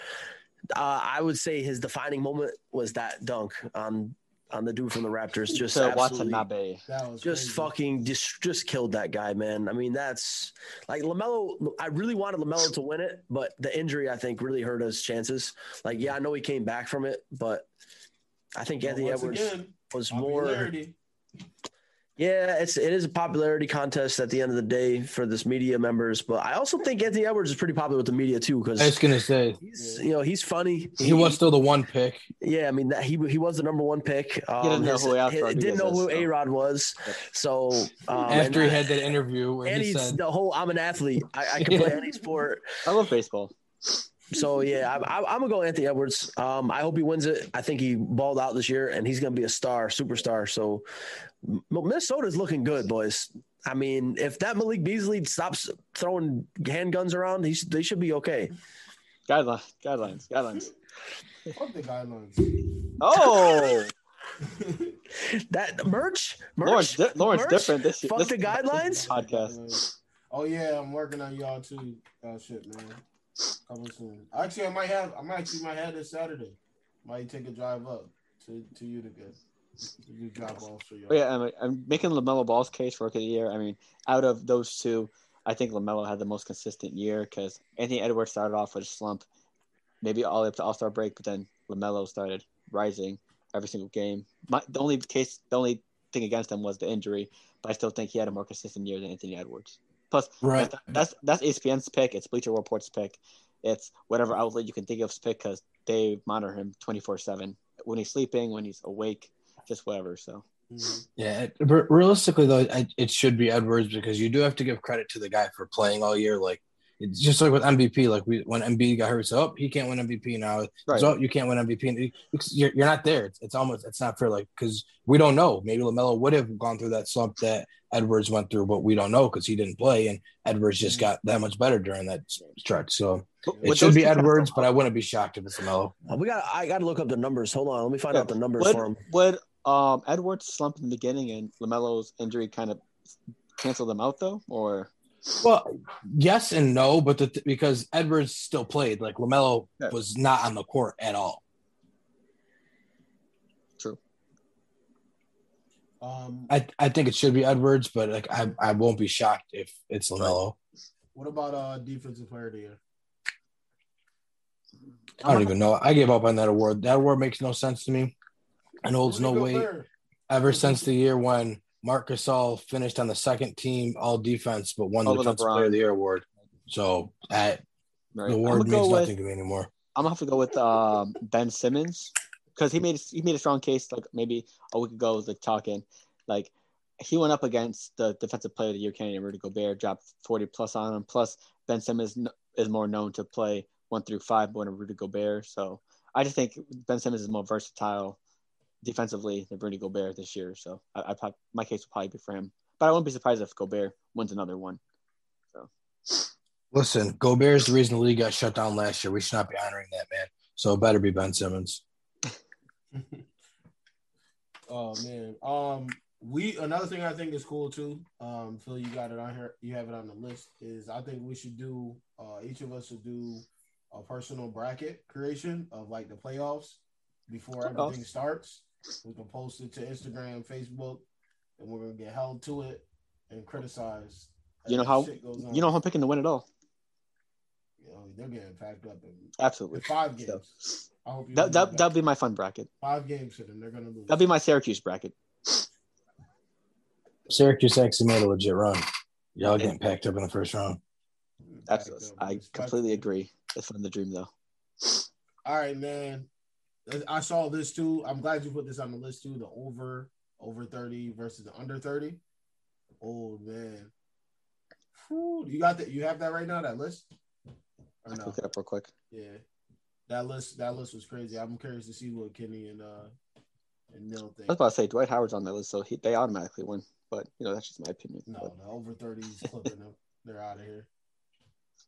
Speaker 3: Uh, I would say his defining moment was that dunk on on the dude from the Raptors. Just
Speaker 2: to
Speaker 3: absolutely-
Speaker 2: Watanabe.
Speaker 1: That was
Speaker 3: just
Speaker 1: crazy.
Speaker 3: fucking just, just killed that guy, man. I mean, that's like Lamelo. I really wanted Lamelo to win it, but the injury I think really hurt his chances. Like, yeah, I know he came back from it, but I think
Speaker 1: But
Speaker 3: Anthony
Speaker 1: once
Speaker 3: Edwards
Speaker 1: again,
Speaker 3: was more.
Speaker 1: popularity.
Speaker 3: Yeah, it's it is a popularity contest at the end of the day for this media members, but I also think Anthony Edwards is pretty popular with the media too
Speaker 4: I was
Speaker 3: because.
Speaker 4: gonna say
Speaker 3: He's, you know, he's funny.
Speaker 4: he was still the one pick.
Speaker 3: yeah. I mean, that, he he was the number one pick. Um,
Speaker 2: didn't know who
Speaker 3: his-
Speaker 2: A-Rod
Speaker 3: he didn't know
Speaker 2: was, so.
Speaker 3: who A Rod was. So um, and
Speaker 4: After he
Speaker 3: that-
Speaker 4: had that interview where
Speaker 3: and
Speaker 4: he
Speaker 3: he's
Speaker 4: said,
Speaker 3: the whole I'm an athlete. I, I can play
Speaker 4: Yeah.
Speaker 3: any sport.
Speaker 2: I love baseball.
Speaker 3: So yeah, I, I, I'm gonna go Anthony Edwards. Um, I hope he wins it. I think he balled out this year, and he's gonna be a star, superstar. So M- Minnesota's looking good, boys. I mean, if that Malik Beasley stops throwing handguns around, he sh- they should be okay.
Speaker 2: Guidelines. Guidelines. Guidelines.
Speaker 1: Fuck the guidelines.
Speaker 2: Oh,
Speaker 3: That merch, merch.
Speaker 2: Lawrence. Di- Lawrence
Speaker 3: Merch?
Speaker 2: different this year.
Speaker 3: Fuck
Speaker 2: this
Speaker 3: the guidelines?
Speaker 2: podcast.
Speaker 1: Oh yeah, I'm working on y'all too. Oh shit, man. Coming soon. Actually, I might have. I might actually might have this Saturday. Might take a drive up to to Utica. You drop off for y'all.
Speaker 2: But Oh, yeah, I'm, I'm making Lamelo Ball's case rookie of the year. I mean, out of those two, I think Lamelo had the most consistent year because Anthony Edwards started off with a slump, maybe all the way up to All Star break, but then Lamelo started rising every single game. My, the only case, the only thing against him was the injury, but I still think he had a more consistent year than Anthony Edwards. Plus,
Speaker 4: "Right,
Speaker 2: that's that's E ESPN's pick. It's Bleacher Report's pick. It's whatever outlet you can think of's pick because they monitor him twenty four seven when he's sleeping, when he's awake, just whatever. So.
Speaker 1: Mhm.
Speaker 4: Yeah, it- re- realistically though, I, it should be Edwards because you do have to give credit to the guy for playing all year. Like it's just like with MVP, like we when MB got hurt, so oh, he can't win MVP now.
Speaker 2: Right.
Speaker 4: So you can't win MVP. And it- it's- You're, you're not there. It's, it's almost it's not fair. Like because we don't know. Maybe Lamelo would have gone through that slump that Edwards went through, but we don't know because he didn't play, and Edwards just
Speaker 3: Mm-hmm.
Speaker 4: got that much better during that s- stretch. So it
Speaker 2: Would
Speaker 4: should
Speaker 2: those
Speaker 4: be
Speaker 2: two kinda
Speaker 4: Edwards,
Speaker 2: go
Speaker 4: but
Speaker 2: up?
Speaker 4: I wouldn't be shocked if it's Lamelo.
Speaker 3: Uh, We got. I got to look up the numbers. Hold on, let me find
Speaker 2: Yeah,
Speaker 3: out the numbers
Speaker 2: Would,
Speaker 3: for him.
Speaker 2: would um Edwards slump in the beginning and Lamelo's injury kind of cancel them out though, or
Speaker 4: Well, yes and no, but the th- because Edwards still played, like Lamelo
Speaker 2: Yeah.
Speaker 4: was not on the court at all.
Speaker 2: true?
Speaker 1: Um,
Speaker 4: I, I think it should be Edwards, but like I, I won't be shocked if it's Lamelo.
Speaker 1: what about uh defensive player of the year?
Speaker 4: I don't even know. I gave up on that award. That award makes no sense to me, and holds no
Speaker 1: Rudy
Speaker 4: weight
Speaker 1: Gobert.
Speaker 4: ever since the year when Marc Gasol finished on the second team All Defense, but won the
Speaker 2: Over
Speaker 4: Defensive
Speaker 2: LeBron.
Speaker 4: Player of the Year award. So I,
Speaker 2: Right.
Speaker 4: the
Speaker 2: I'm
Speaker 4: award
Speaker 2: gonna go
Speaker 4: means
Speaker 2: with-
Speaker 4: nothing to me anymore.
Speaker 2: I'm gonna have to go with um, Ben Simmons because he made he made a strong case like maybe a week ago like talking like he went up against the defensive player of the year candidate Rudy Gobert dropped 40 plus on him plus Ben Simmons kn- is more known to play one through five more than Rudy Gobert so I just think Ben Simmons is more versatile defensively than Rudy Gobert this year so I, I prob- my case would probably be for him but I wouldn't be surprised if Gobert wins another one
Speaker 4: Listen, Gobert is the reason the league got shut down last year. We should not be honoring that man. So it better be Ben Simmons.
Speaker 1: oh man. Um we another thing I think is cool too. Um Phil, you got it on here. You have it on the list. Is I think we should do uh each of us should do a personal bracket creation of like the playoffs before
Speaker 2: Playoffs.
Speaker 1: everything starts. We can post it to Instagram, Facebook, and we're gonna get held to it and criticize. as
Speaker 2: You know
Speaker 1: that
Speaker 2: how-
Speaker 1: shit goes on.
Speaker 2: you know who I'm picking to win it all
Speaker 1: You know, they're getting packed up in, in
Speaker 2: absolutely
Speaker 1: five
Speaker 2: So-
Speaker 1: games. I hope you
Speaker 2: that,
Speaker 1: win
Speaker 2: that that'd be my fun bracket
Speaker 1: five games for them. They're gonna lose.
Speaker 2: that'd be my Syracuse bracket
Speaker 4: Syracuse actually made a legit run. Y'all getting packed up in the first round.
Speaker 2: That's
Speaker 1: Back Mm, up.
Speaker 2: I completely agree. It's from the dream though.
Speaker 1: All right, man. I saw this too. I'm glad you put this on the list too. The over over 30 versus the under 30. Oh man. Whew, you got that you have that right now, that list? Or
Speaker 2: I
Speaker 1: no?
Speaker 2: look it up real quick.
Speaker 1: Yeah. That list that list was crazy. I'm curious to see what Kenny and uh and Neil
Speaker 2: I was
Speaker 1: think.
Speaker 2: about to say Dwight Howard's on that list, so he, they automatically win. But you know, that's just my opinion.
Speaker 1: No, the over 30s clipping them. They're out of here.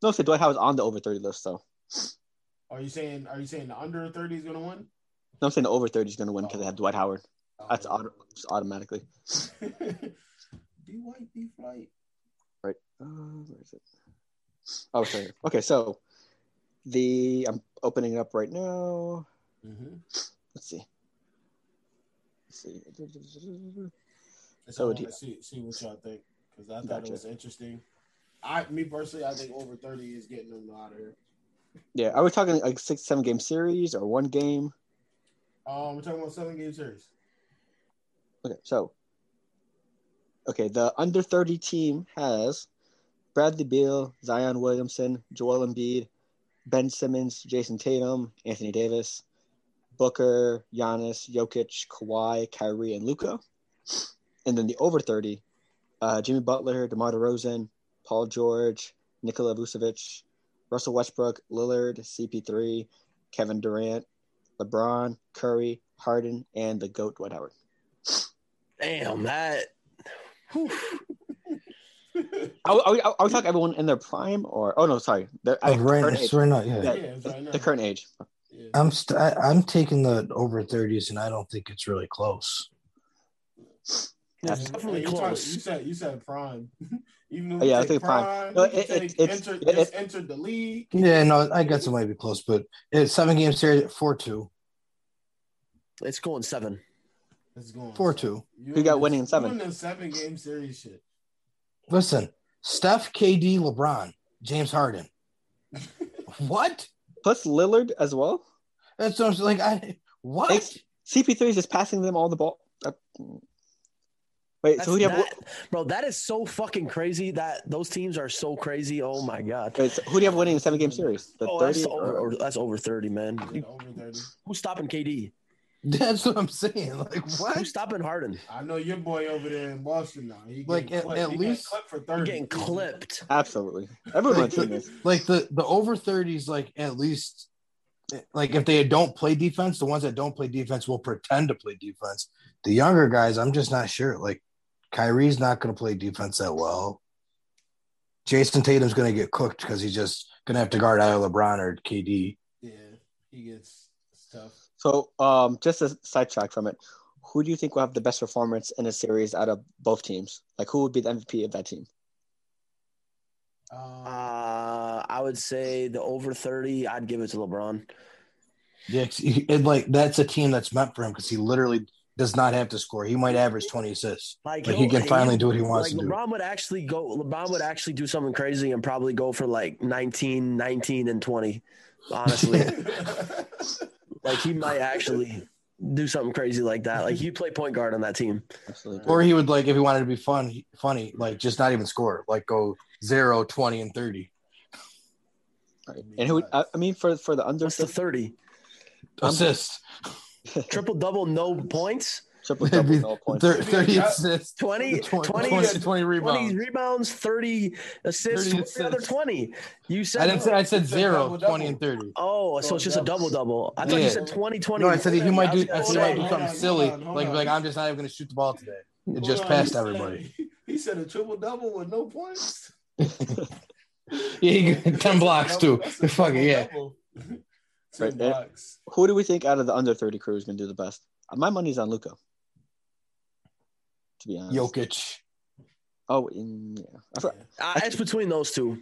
Speaker 2: But, no, say Dwight Howard's on the over thirty list, though.
Speaker 1: Are you saying are you saying the under 30 is gonna win?
Speaker 2: No, I'm saying the over thirty is going to win because they have Dwight Howard. That's
Speaker 1: Oh.
Speaker 2: auto, just automatically.
Speaker 1: Be white, be flight.
Speaker 2: Uh, where is it? Oh, sorry. Okay, so the I'm opening it up right now.
Speaker 1: Mm-hmm.
Speaker 2: Let's see. Let's see.
Speaker 1: So I
Speaker 2: So
Speaker 1: want
Speaker 2: do-
Speaker 1: to see see what y'all think because I thought it
Speaker 2: Gotcha.
Speaker 1: was interesting. I me personally, I think over thirty is getting them out of here.
Speaker 2: Yeah, are we talking like six, seven game series or one game?
Speaker 1: Um, we're talking about seven game series.
Speaker 2: Okay, so okay, the under thirty team has Bradley Beal, Zion Williamson, Joel Embiid, Ben Simmons, Jason Tatum, Anthony Davis, Booker, Giannis, Jokic, Kawhi, Kyrie, and Luca. And then the over thirty, uh, Jimmy Butler, DeMar DeRozan, Paul George, Nikola Vucevic, Russell Westbrook, Lillard, CP3, Kevin Durant, LeBron, Curry, Harden, and the goat Dwight Howard.
Speaker 3: Damn that. Whew.
Speaker 2: Are, we- are, we- are we talking everyone in their prime or oh no sorry the,
Speaker 4: Oh,
Speaker 2: current
Speaker 4: right,
Speaker 2: age,
Speaker 4: we're not. Yeah,
Speaker 1: Yeah,
Speaker 2: Yeah,
Speaker 1: it's right now.
Speaker 2: the current age
Speaker 1: Yeah.
Speaker 4: I'm st- I, I'm taking the over thirties, and I don't think it's really close.
Speaker 2: That's-
Speaker 1: Yeah,
Speaker 3: definitely
Speaker 1: you talking-
Speaker 3: close.
Speaker 1: you said you said prime, even
Speaker 2: Oh,
Speaker 1: though
Speaker 2: yeah, I
Speaker 1: yeah,
Speaker 2: think prime.
Speaker 1: prime.
Speaker 2: No,
Speaker 1: we can
Speaker 2: it- it-
Speaker 1: take
Speaker 2: it's-
Speaker 1: entered,
Speaker 2: it-
Speaker 1: just entered the league.
Speaker 4: Yeah, no, I guess it might be close, but it's seven game series at four two.
Speaker 3: It's going seven.
Speaker 1: It's going
Speaker 4: Four two.
Speaker 1: You
Speaker 2: Who got
Speaker 1: in this-
Speaker 2: winning in seven?
Speaker 1: You in the seven game series shit.
Speaker 4: Listen, Steph, KD, LeBron, James Harden. what?
Speaker 2: plus Lillard as well
Speaker 4: That's what I'm saying, like. I what?
Speaker 2: Thanks. CP3 is just passing them all the ball Uh, wait
Speaker 3: That's
Speaker 2: so who do you have
Speaker 3: that, bro, that is so fucking crazy. That those teams are so crazy. Oh my god.
Speaker 2: wait, so who do you have winning the seven game series the
Speaker 3: oh, that's
Speaker 2: 30
Speaker 3: over,
Speaker 2: or,
Speaker 3: or, that's over thirty, man.
Speaker 2: Mm-hmm.
Speaker 1: Yeah,
Speaker 3: You-
Speaker 1: over thirty.
Speaker 3: who's stopping KD?
Speaker 4: That's what I'm saying. Like what?
Speaker 3: Who's stopping Harden?
Speaker 1: I know your boy over there in Boston now. He
Speaker 4: Like,
Speaker 1: getting
Speaker 4: at-
Speaker 1: clipped.
Speaker 4: at
Speaker 1: he got
Speaker 4: least-
Speaker 1: clipped for
Speaker 3: You're
Speaker 1: thirty.
Speaker 3: getting clipped.
Speaker 2: absolutely everyone on the team is
Speaker 4: Like the the over thirties, like at least, like if they don't play defense, the ones that don't play defense will pretend to play defense. The younger guys, I'm just not sure. Like Kyrie's not going to play defense that well. Jason Tatum's going to get cooked because he's just going to have to guard either LeBron or KD.
Speaker 1: Yeah, he gets stuff.
Speaker 2: so um just to sidetrack from it who do you think will have the best performance in a series out of both teams like who would be the MVP of that team
Speaker 1: Um,
Speaker 3: Uh, I would say the over thirty. I'd give it to LeBron.
Speaker 4: Yeah, and like that's a team that's meant for him because he literally does not have to score. He might average 20 assists.
Speaker 3: Like,
Speaker 4: Like he
Speaker 3: he'll-
Speaker 4: can finally do what he
Speaker 3: Like
Speaker 4: wants to do.
Speaker 3: LeBron would actually go. LeBron would actually do something crazy and probably go for like 19, 19, and twenty. Honestly, like he might actually do something crazy like that. Like he play point guard on that team.
Speaker 2: absolutely
Speaker 4: Or he would like if he wanted to be fun, he- funny, like just not even score, like go zero, 20, and 30.
Speaker 2: Right. and who would, I, I mean for for the under
Speaker 3: What's the thirty?
Speaker 4: Assists.
Speaker 3: Triple double, no points.
Speaker 2: triple
Speaker 4: It'd
Speaker 2: double
Speaker 4: be
Speaker 2: no points
Speaker 4: thir- 30 assists,
Speaker 3: 20,
Speaker 4: 20,
Speaker 3: 20,
Speaker 4: 20, 20
Speaker 3: 20
Speaker 4: rebounds.
Speaker 3: rebounds, 30 assists,
Speaker 4: 30
Speaker 3: what's the other
Speaker 4: assists.
Speaker 3: 20. You said,
Speaker 4: I didn't say I said
Speaker 1: It's a
Speaker 4: zero,
Speaker 1: double-double.
Speaker 4: 20, and 30.
Speaker 3: oh, so it's just a double double. I thought you
Speaker 4: Yeah.
Speaker 3: said 20, 20.
Speaker 4: No, I said he might do, I
Speaker 3: Hold
Speaker 4: said he might do
Speaker 3: on,
Speaker 1: hold
Speaker 4: something
Speaker 1: on,
Speaker 4: silly,
Speaker 1: hold on, hold
Speaker 4: like
Speaker 1: on.
Speaker 4: like I'm just not even going to shoot the ball today. It
Speaker 1: Hold
Speaker 4: just
Speaker 1: on,
Speaker 4: passed
Speaker 1: he said-
Speaker 4: everybody.
Speaker 1: he said a triple double with no points.
Speaker 4: Yeah, he got 10
Speaker 1: That's a
Speaker 4: blocks, too.
Speaker 1: that's a
Speaker 4: Fuck it, yeah.
Speaker 1: double-double. Ten
Speaker 2: Right there.
Speaker 1: blocks.
Speaker 2: who do we think out of the under 30 crew is going to do the best? Uh, My money's on Luca. To be honest.
Speaker 4: Jokic.
Speaker 2: Oh, in, yeah. I for-
Speaker 3: Uh, it's between those two.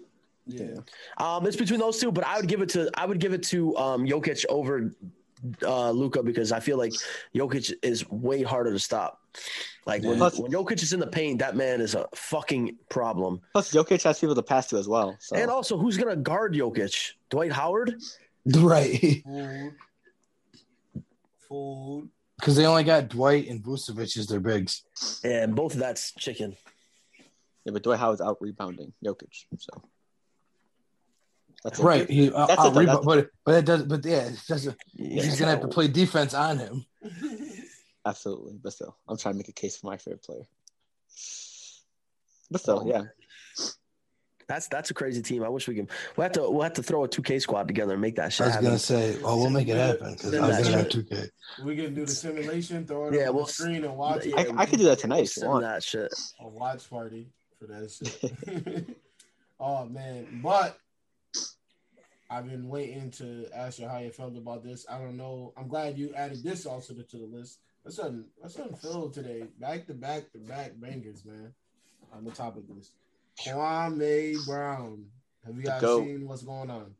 Speaker 1: Yeah. yeah.
Speaker 3: Um, it's between those two, but I would give it to I would give it to um, Jokic over uh, Luca because I feel like Jokic is way harder to stop. Like when,
Speaker 2: Plus-
Speaker 3: when Jokic is in the paint, that man is a fucking problem.
Speaker 2: Plus, Jokic has people to pass to as well.
Speaker 4: Oh.
Speaker 2: So
Speaker 3: And also, who's gonna guard Jokic? Dwight Howard?
Speaker 4: Right.
Speaker 1: Food. Food.
Speaker 4: because they only got Dwight and Vucevic as their bigs.
Speaker 3: Yeah, and both of that's chicken.
Speaker 2: Yeah, but Dwight Howard's out rebounding Jokic, so that's
Speaker 4: Right. He, uh,
Speaker 2: That's a-
Speaker 4: out
Speaker 2: that's-
Speaker 4: rebound, but but that does but yeah, it doesn't.
Speaker 3: Yeah,
Speaker 4: He's gonna have to play defense on him.
Speaker 2: Absolutely, but still, I'm trying to make a case for my favorite player. But still, yeah,
Speaker 3: That's that's a crazy team. I wish we could. We have to. We'll have to throw a two K squad together and make that
Speaker 4: I
Speaker 3: shit
Speaker 4: was
Speaker 3: happen.
Speaker 4: gonna say, oh, we'll make it happen because I was gonna have two K.
Speaker 1: We can do the simulation, throw it
Speaker 3: Yeah,
Speaker 1: on
Speaker 3: we'll-
Speaker 1: the screen, and watch.
Speaker 3: yeah, uh,
Speaker 2: I,
Speaker 1: it.
Speaker 2: I could do that tonight if you
Speaker 3: Send
Speaker 2: want.
Speaker 3: that shit.
Speaker 1: a watch party for that shit. oh man, but I've been waiting to ask you how you felt about this. I don't know. I'm glad you added this also to, to the list. That's un that's unfilled today. Back to back to back bangers, man. On the topic list, Kwame Brown. Have you guys
Speaker 2: Go.
Speaker 1: seen what's going on?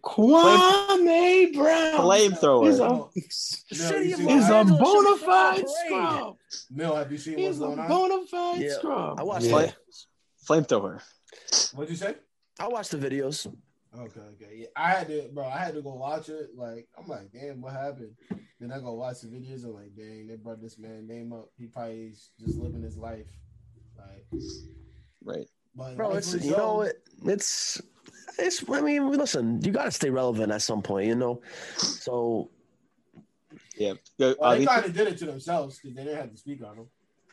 Speaker 4: Kwame Brown. He's
Speaker 2: Flamethrower.
Speaker 4: a,
Speaker 1: No,
Speaker 3: City
Speaker 1: he's
Speaker 3: of
Speaker 4: he's
Speaker 1: Los
Speaker 4: a
Speaker 1: Angeles
Speaker 4: bona fide scrub.
Speaker 1: Mill, have you seen what's
Speaker 4: He's a
Speaker 1: going on?
Speaker 4: bona fide
Speaker 3: Yeah,
Speaker 4: scrub.
Speaker 3: I watched
Speaker 4: Yeah.
Speaker 3: it.
Speaker 2: Flamethrower.
Speaker 1: What'd you say?
Speaker 3: I watched the videos.
Speaker 1: Okay, okay. Yeah, I had to, bro. I had to go watch it. Like, I'm like, damn, what happened? Then I go watch the videos. I'm like, dang, they brought this man name up. He probably is just living his life, like.
Speaker 2: Right.
Speaker 1: But
Speaker 3: Bro, it's
Speaker 1: rightfully
Speaker 3: you
Speaker 1: so.
Speaker 3: know it, it's it's. I mean, listen, you got to stay relevant at some point, you know. So
Speaker 2: Yeah. Go-
Speaker 1: Well,
Speaker 2: uh,
Speaker 1: they
Speaker 2: the-
Speaker 1: kind of did it to themselves because they didn't have to speak on him.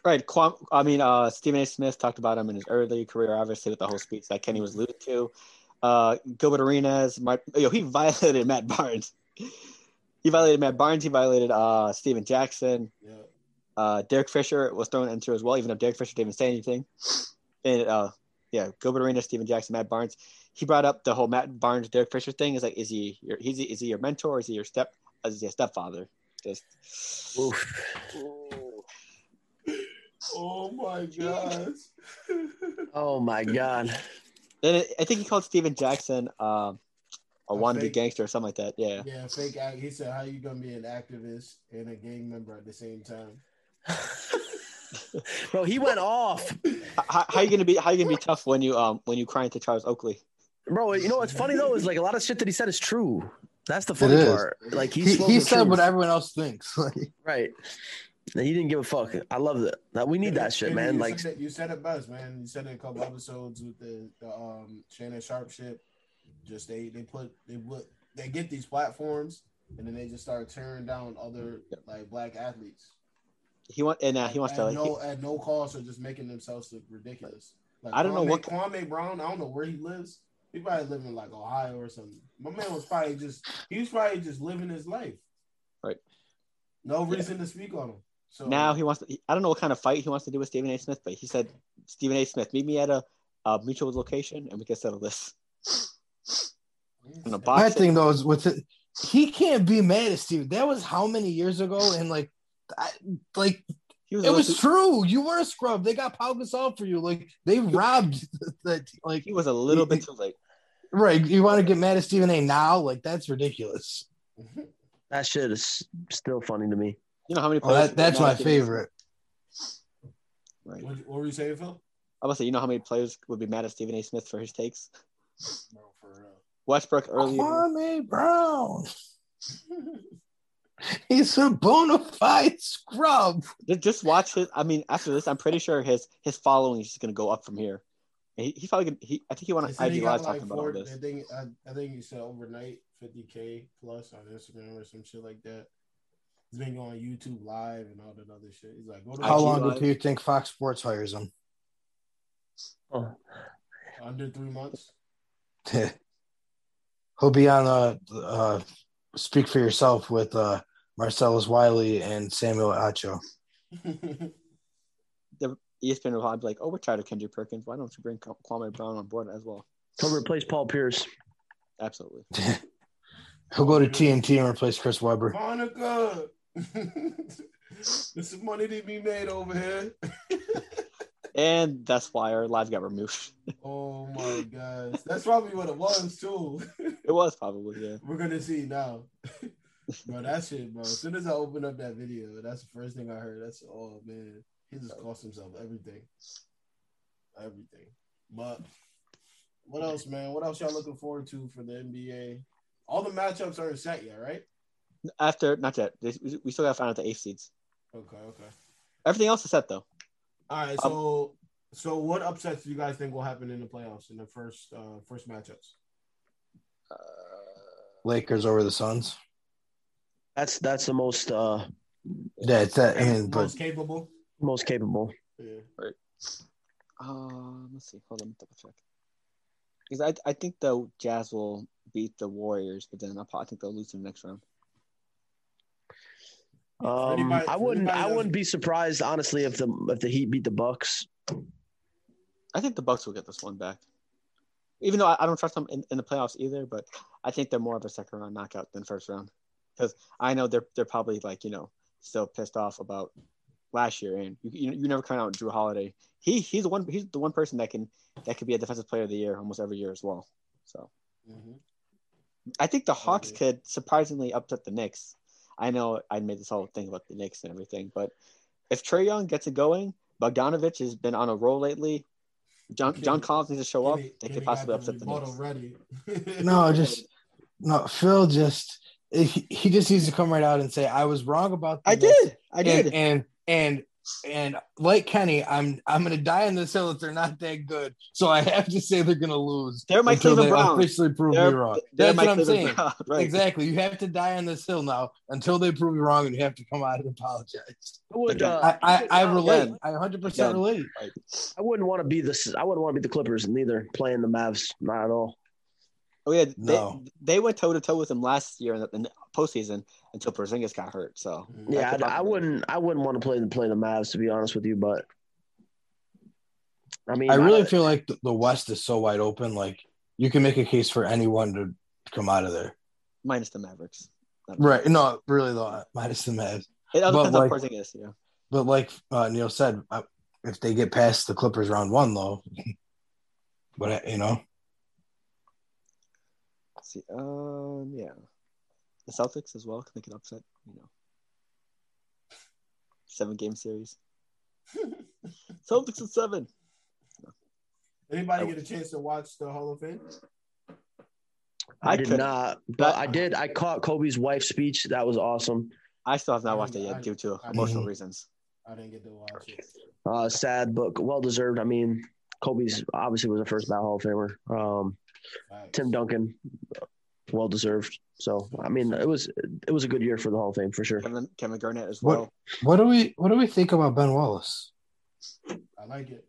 Speaker 2: right. Kwam, I mean, uh, Stephen A. Smith talked about him in his early career, obviously, with the whole speech that Kenny was alluding to. Uh, Gilbert Arenas, Mark, yo, he violated Matt Barnes. He violated Matt Barnes. He violated uh, Steven Jackson.
Speaker 1: Yeah,
Speaker 2: Uh, Derek Fisher was thrown into as well, even though Derek Fisher didn't even say anything. And uh, yeah, Gilbert Arenas, Steven Jackson, Matt Barnes. He brought up the whole Matt Barnes, Derek Fisher thing. Is like, is he your, he's, is he your mentor? Is he your step? Is he a stepfather? Just.
Speaker 3: oof.
Speaker 1: Oh my gosh.
Speaker 3: oh my god,
Speaker 2: Then I- I think he called Steven Jackson um, a
Speaker 1: A
Speaker 2: wannabe
Speaker 1: fake-
Speaker 2: gangster or something like that. Yeah.
Speaker 1: yeah, fake. Act. He said, "How you gonna be an activist and a gang member at the same time?"
Speaker 3: bro, he went off.
Speaker 2: H- How, how you gonna be? How you gonna be tough when you um when you crying to Charles Oakley?
Speaker 3: Bro, you know what's funny though is like a lot of shit that he said is true. That's the funny
Speaker 4: It is.
Speaker 3: part. Like he's
Speaker 4: He, he said what
Speaker 3: whatever.
Speaker 4: everyone else thinks. Like,
Speaker 3: Right. And He didn't give a fuck. I love that. That we need that shit,
Speaker 1: And
Speaker 3: man.
Speaker 1: You
Speaker 3: Like,
Speaker 1: said it, you said it best, man. You said it a couple episodes with the, the um Shannon Sharp shit. Just they they put they put they get these platforms and then they just start tearing down other like black athletes.
Speaker 2: He want and uh, he wants
Speaker 1: at
Speaker 2: to. Like,
Speaker 1: no at no cost or just making themselves look ridiculous. Like,
Speaker 2: I don't know
Speaker 1: Kwame-
Speaker 2: what-
Speaker 1: Kwame Brown. I don't know where he lives. He probably living like Ohio or something. My man was probably just he was probably just living his life.
Speaker 2: Right.
Speaker 1: No reason to speak on him. So
Speaker 2: now he wants. To, I don't know what kind of fight he wants to do with Stephen A. Smith, but he said Stephen A. Smith, meet me at a, uh mutual location and we can settle this. In a
Speaker 4: my
Speaker 2: box.
Speaker 4: thing though is with it, he can't be mad at Steve. That was how many years ago, and like, I, like
Speaker 2: He was a
Speaker 4: it
Speaker 2: little
Speaker 4: was
Speaker 2: too,
Speaker 4: true. You were a scrub. They got Pau Gasol for you. Like they robbed. That like
Speaker 2: he was a little bit too late.
Speaker 4: right. You want to get mad at Stephen A. Now? Like that's ridiculous.
Speaker 3: that shit is still funny to me.
Speaker 2: You know how many
Speaker 4: Oh,
Speaker 2: players?
Speaker 4: that, that's my
Speaker 2: would get mad at Stephen A.
Speaker 4: favorite.
Speaker 2: Right.
Speaker 1: what, what were you saying, Phil?
Speaker 2: I was say, you know how many players would be mad at Stephen A. Smith for his takes?
Speaker 1: No, for real.
Speaker 2: Westbrook earlier.
Speaker 4: Kwame Brown. He's a bona fide scrub.
Speaker 2: Just, just watch his. I mean, after this, I'm pretty sure his his following is just going to go up from here. And He, he probably could, he. I think
Speaker 1: They
Speaker 2: he went to
Speaker 1: said
Speaker 2: IG
Speaker 1: he
Speaker 2: Live
Speaker 1: got
Speaker 2: talking
Speaker 1: like
Speaker 2: about all
Speaker 1: four, I
Speaker 2: this.
Speaker 1: think I, I think you said overnight 50k plus on Instagram or some shit like that. He's been going YouTube live and all that other shit. He's like, go to
Speaker 4: How
Speaker 2: IG
Speaker 4: long
Speaker 2: Live.
Speaker 4: do you think Fox Sports hires him?
Speaker 3: Oh.
Speaker 1: under three months.
Speaker 4: He'll be on uh, uh, Speak for Yourself with uh, Marcellus Wiley and Samuel Acho.
Speaker 2: ESPN will probably be like, "Oh, we're tired of Kendrick Perkins. Why don't you bring Ka- Kwame Brown on board as well?"
Speaker 3: He'll replace Paul Pierce.
Speaker 2: Absolutely.
Speaker 4: He'll go to TNT and replace Chris Webber.
Speaker 1: Monica, this is money to be made over here.
Speaker 2: And that's why our live got removed.
Speaker 1: Oh my gosh, that's probably what it was too.
Speaker 2: It was probably yeah.
Speaker 1: We're gonna see now. bro, that shit, bro. As soon as I opened up that video, that's the first thing I heard. That's oh man. He just cost himself everything. Everything. But what else, man? What else y'all looking forward to for the NBA? All the matchups aren't set yet, right?
Speaker 2: after not yet. They, we- we still got to find out the eighth seeds.
Speaker 1: Okay, okay.
Speaker 2: Everything else is set though.
Speaker 1: All right,
Speaker 2: Um,
Speaker 1: so so what upsets do you guys think will happen in the playoffs in the first uh first matchups?
Speaker 2: Uh,
Speaker 4: Lakers over the Suns.
Speaker 3: That's that's the most uh
Speaker 4: Yeah, it's that. And, but
Speaker 1: Most capable.
Speaker 3: most capable.
Speaker 1: Yeah.
Speaker 2: um, let's see. Hold on, let me double check. Because I, I think the Jazz will beat the Warriors, but then I'll pro- I think they'll lose in the next round.
Speaker 1: For
Speaker 3: Um,
Speaker 1: anybody-
Speaker 3: I
Speaker 1: for
Speaker 3: wouldn't
Speaker 1: anybody
Speaker 3: I
Speaker 1: that's-
Speaker 3: wouldn't be surprised honestly if the if the Heat beat the Bucks.
Speaker 2: I think the Bucks will get this one back. Even though I, I don't trust them in, in the playoffs either, but I think they're more of a second round knockout than first round. Because I know they're they're probably like you know still pissed off about last year, and you you, you never count out Drew Holiday. He he's the one he's the one person that can that could be a defensive player of the year almost every year as well. So
Speaker 1: Mhm.
Speaker 2: I think the Hawks
Speaker 1: agree.
Speaker 2: could surprisingly upset the Knicks. I know I made this whole thing about the Knicks and everything, but if Trey Young gets it going, Bogdanovich has been on a roll lately. John
Speaker 1: Kenny-
Speaker 2: John Collins needs to show up.
Speaker 1: Kenny-
Speaker 2: They
Speaker 1: Kenny
Speaker 2: could
Speaker 1: got
Speaker 2: possibly
Speaker 1: the
Speaker 2: upset the
Speaker 1: rebuttal
Speaker 2: Knicks.
Speaker 1: Ready.
Speaker 4: No, just no. Phil just he, he just needs to come right out and say I was wrong about. the
Speaker 2: I
Speaker 4: Nets."
Speaker 2: did. I did.
Speaker 4: And, and and and like Kenny, I'm I'm gonna die on this hill if they're not that good. So I have to say they're gonna lose.
Speaker 2: They're my
Speaker 4: until
Speaker 2: Cleveland
Speaker 4: they
Speaker 2: Browns.
Speaker 4: Officially prove
Speaker 2: They're-
Speaker 4: me wrong.
Speaker 2: they're
Speaker 4: That's
Speaker 2: my
Speaker 4: what I'm
Speaker 2: Cleveland
Speaker 4: saying.
Speaker 2: Browns, right.
Speaker 4: Exactly. You have to die on this hill now until they prove you wrong, and you have to come out and apologize.
Speaker 3: I would
Speaker 2: Again.
Speaker 3: uh,
Speaker 4: I I, I relate.
Speaker 2: Again.
Speaker 4: I 100
Speaker 2: Again.
Speaker 4: percent relate.
Speaker 3: I wouldn't want to be this I wouldn't want to be the Clippers neither playing the Mavs not at all.
Speaker 2: Oh yeah,
Speaker 4: No.
Speaker 2: they, they went toe to toe with him last year in the, in the postseason until Porzingis got hurt. So
Speaker 1: Mm-hmm.
Speaker 3: Yeah,
Speaker 2: could
Speaker 3: I'd- I,
Speaker 2: possibly-
Speaker 3: wouldn't. I wouldn't want to play the play the Mavs to be honest with you, but I mean,
Speaker 4: I really feel like the, the West is so wide open. Like you can make a case for anyone to come out of there.
Speaker 2: minus the Mavericks. Not-
Speaker 4: Right. No, really though, minus the Mavs.
Speaker 2: It all
Speaker 4: But,
Speaker 2: depends
Speaker 4: like-
Speaker 2: on Porzingis. Yeah.
Speaker 4: But like uh, Neil said, uh, if they get past the Clippers round one, though, but uh, you know,
Speaker 2: Let's see, um, yeah, the Celtics as well can make an upset. You know, seven game series. Celtics at seven.
Speaker 1: Anybody get a chance to watch the Hall of Fame?
Speaker 3: I,
Speaker 2: I
Speaker 3: did
Speaker 2: couldn't.
Speaker 3: not, but I did. I caught Kobe's wife's speech. That was awesome.
Speaker 2: I still have not
Speaker 1: I
Speaker 2: watched it
Speaker 1: didn't-
Speaker 2: yet due to
Speaker 1: I
Speaker 2: emotional
Speaker 4: didn't-
Speaker 2: reasons.
Speaker 1: I didn't get to watch it.
Speaker 3: Uh, sad, but well deserved. I mean, Kobe's obviously was a first ballot Hall of Famer. Um,
Speaker 1: Facts.
Speaker 3: Tim Duncan, well deserved. So I mean, it was it was a good year for the Hall of Fame for sure.
Speaker 2: Kevin Kevin Garnett as
Speaker 4: What-
Speaker 2: well.
Speaker 4: what do we what do we think about Ben Wallace?
Speaker 1: I like it.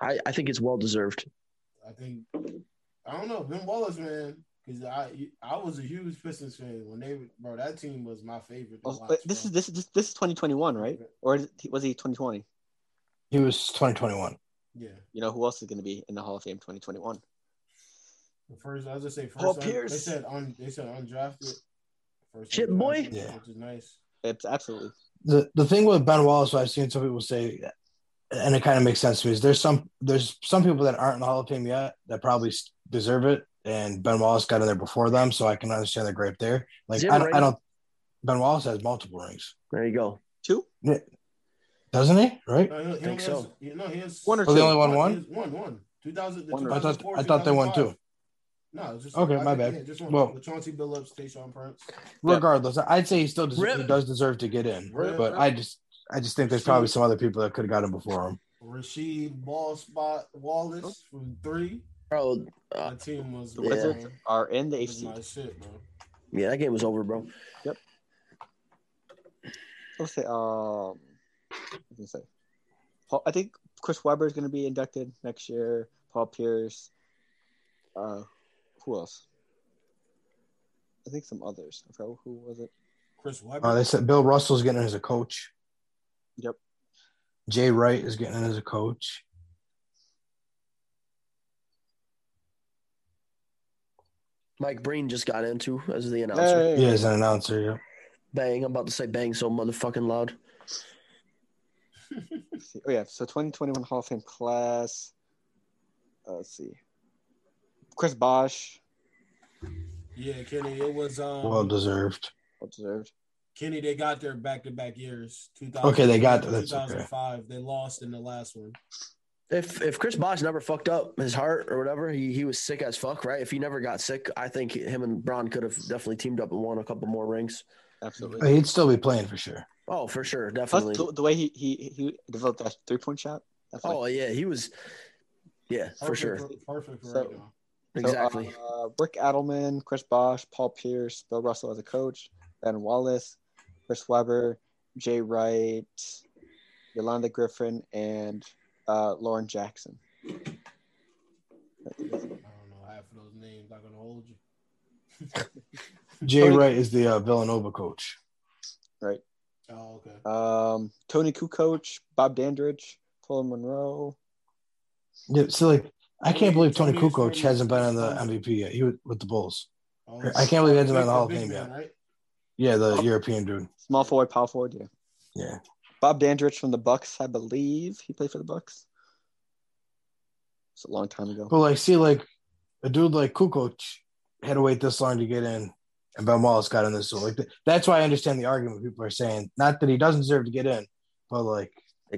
Speaker 3: I, I think it's well deserved.
Speaker 1: I think I don't know Ben Wallace, man, because I I was a huge Pistons fan when they bro that team was my favorite. To
Speaker 2: Oh,
Speaker 1: watch,
Speaker 2: but this
Speaker 1: bro.
Speaker 2: is this is this is 2021, right? Or is it- was he 2020?
Speaker 4: He was 2021.
Speaker 1: yeah
Speaker 2: You know who else is going to be in the Hall of Fame 2021?
Speaker 1: the first I was gonna say first
Speaker 2: Paul
Speaker 1: un- they
Speaker 2: Pierce.
Speaker 1: said un, they said undrafted first
Speaker 3: Shit,
Speaker 1: undrafted,
Speaker 3: boy.
Speaker 4: Yeah.
Speaker 1: which is nice
Speaker 2: It's absolutely
Speaker 4: The the thing with Ben Wallace, what I've seen some people say, and it kind of makes sense to me, is there's some there's some people that aren't in the Hall of Fame yet that probably s- deserve it, and Ben Wallace got in there before them, so I can understand the gripe there.
Speaker 3: Is
Speaker 4: Like
Speaker 3: he
Speaker 4: I don't, I
Speaker 3: overrated?
Speaker 4: don't. Ben Wallace has multiple rings,
Speaker 3: There you go.
Speaker 2: two,
Speaker 4: doesn't he? Right?
Speaker 1: no, he, he
Speaker 3: Think
Speaker 1: only
Speaker 3: so.
Speaker 1: has, he- no, he has
Speaker 2: one or
Speaker 4: Oh,
Speaker 2: two.
Speaker 4: the only one
Speaker 1: he
Speaker 4: won.
Speaker 1: has one one 2000 the
Speaker 2: One or-
Speaker 4: I thought
Speaker 1: 2004,
Speaker 4: I thought they won
Speaker 1: 2005.
Speaker 4: too.
Speaker 1: no it was just
Speaker 4: Okay,
Speaker 1: I
Speaker 4: my
Speaker 1: think-
Speaker 4: bad.
Speaker 1: yeah, just one.
Speaker 4: Well-
Speaker 1: Well, Chauncey Billups Tayshaun Prince
Speaker 2: Yeah.
Speaker 4: regardless, I'd say he still
Speaker 3: Rip.
Speaker 4: deserves, he does deserve to get in,
Speaker 1: Rip.
Speaker 4: but I just I just think there's probably some other people that could have got him before him.
Speaker 1: Rasheed Ball Spot Wallace from three
Speaker 3: Bro,
Speaker 1: that team was
Speaker 2: The
Speaker 3: Yeah.
Speaker 2: Wizards are in the
Speaker 1: It
Speaker 2: eighth
Speaker 1: was
Speaker 2: seed.
Speaker 1: my shit bro
Speaker 3: yeah, that game was over, bro.
Speaker 2: Let's say, um, what did I say? Paul, I think Chris Webber is going to be inducted next year. Paul Pierce. Uh, who else? I think some others. I forgot who was it.
Speaker 1: Chris Webber
Speaker 4: Uh, they said Bill Russell's getting in as a coach.
Speaker 2: Yep.
Speaker 4: Jay Wright is getting in as a coach.
Speaker 3: Mike Breen just got into as the announcer.
Speaker 4: He is an announcer. Yeah.
Speaker 3: Bang! I'm about to say bang so motherfucking loud.
Speaker 2: Let's see. Oh yeah, so 2021 Hall of Fame class. Uh, let's see. Chris Bosch,
Speaker 1: yeah Kenny it was um
Speaker 4: Well deserved.
Speaker 2: well deserved.
Speaker 1: Kenny, they got their back to back years. 2000,
Speaker 4: Okay, they got- that's okay.
Speaker 1: 2005. They lost in the last one.
Speaker 3: If if Chris Bosh never fucked up his heart or whatever, he he was sick as fuck, right? If he never got sick, I think him and Braun could have definitely teamed up and won a couple more rings.
Speaker 2: Absolutely.
Speaker 4: He'd still be playing for sure.
Speaker 3: Oh, for sure,
Speaker 2: Plus,
Speaker 3: definitely.
Speaker 2: the, the way he, he he developed that three point shot. That's like,
Speaker 3: Oh yeah, he was. Yeah, for
Speaker 1: Perfect
Speaker 3: sure,
Speaker 1: Perfect right
Speaker 2: So-
Speaker 1: now.
Speaker 2: So,
Speaker 3: exactly.
Speaker 2: uh, Rick Adelman, Chris Bosch, Paul Pierce, Bill Russell as a coach, Ben Wallace, Chris Webber, Jay Wright, Yolanda Griffin, and uh, Lauren Jackson.
Speaker 1: I don't know half of those names. Not gonna hold you.
Speaker 4: Jay Wright is the uh, Villanova coach.
Speaker 1: Oh, okay.
Speaker 2: Um, Tony Kukoc, Bob Dandridge, Colin Monroe.
Speaker 4: Yeah, so like I can't believe Tony
Speaker 1: Tony is
Speaker 4: Kukoc
Speaker 1: from-
Speaker 4: hasn't been on the
Speaker 1: he's from-
Speaker 4: MVP yet. He was with the Bulls.
Speaker 1: Oh,
Speaker 4: I can't believe he hasn't been in the Hall of
Speaker 1: big
Speaker 4: Fame
Speaker 1: man,
Speaker 4: yet.
Speaker 1: Right?
Speaker 4: Yeah, the European dude.
Speaker 2: Small forward, power forward, yeah.
Speaker 4: Yeah.
Speaker 2: Bob Dandridge from the Bucks, I believe he played for the Bucks. It's a long time ago.
Speaker 4: But like, see, like a dude like Kukoc had to wait this long to get in, and Ben Wallace got in this. So like, th- that's why I understand the argument people are saying. Not that he doesn't deserve to get in, but like,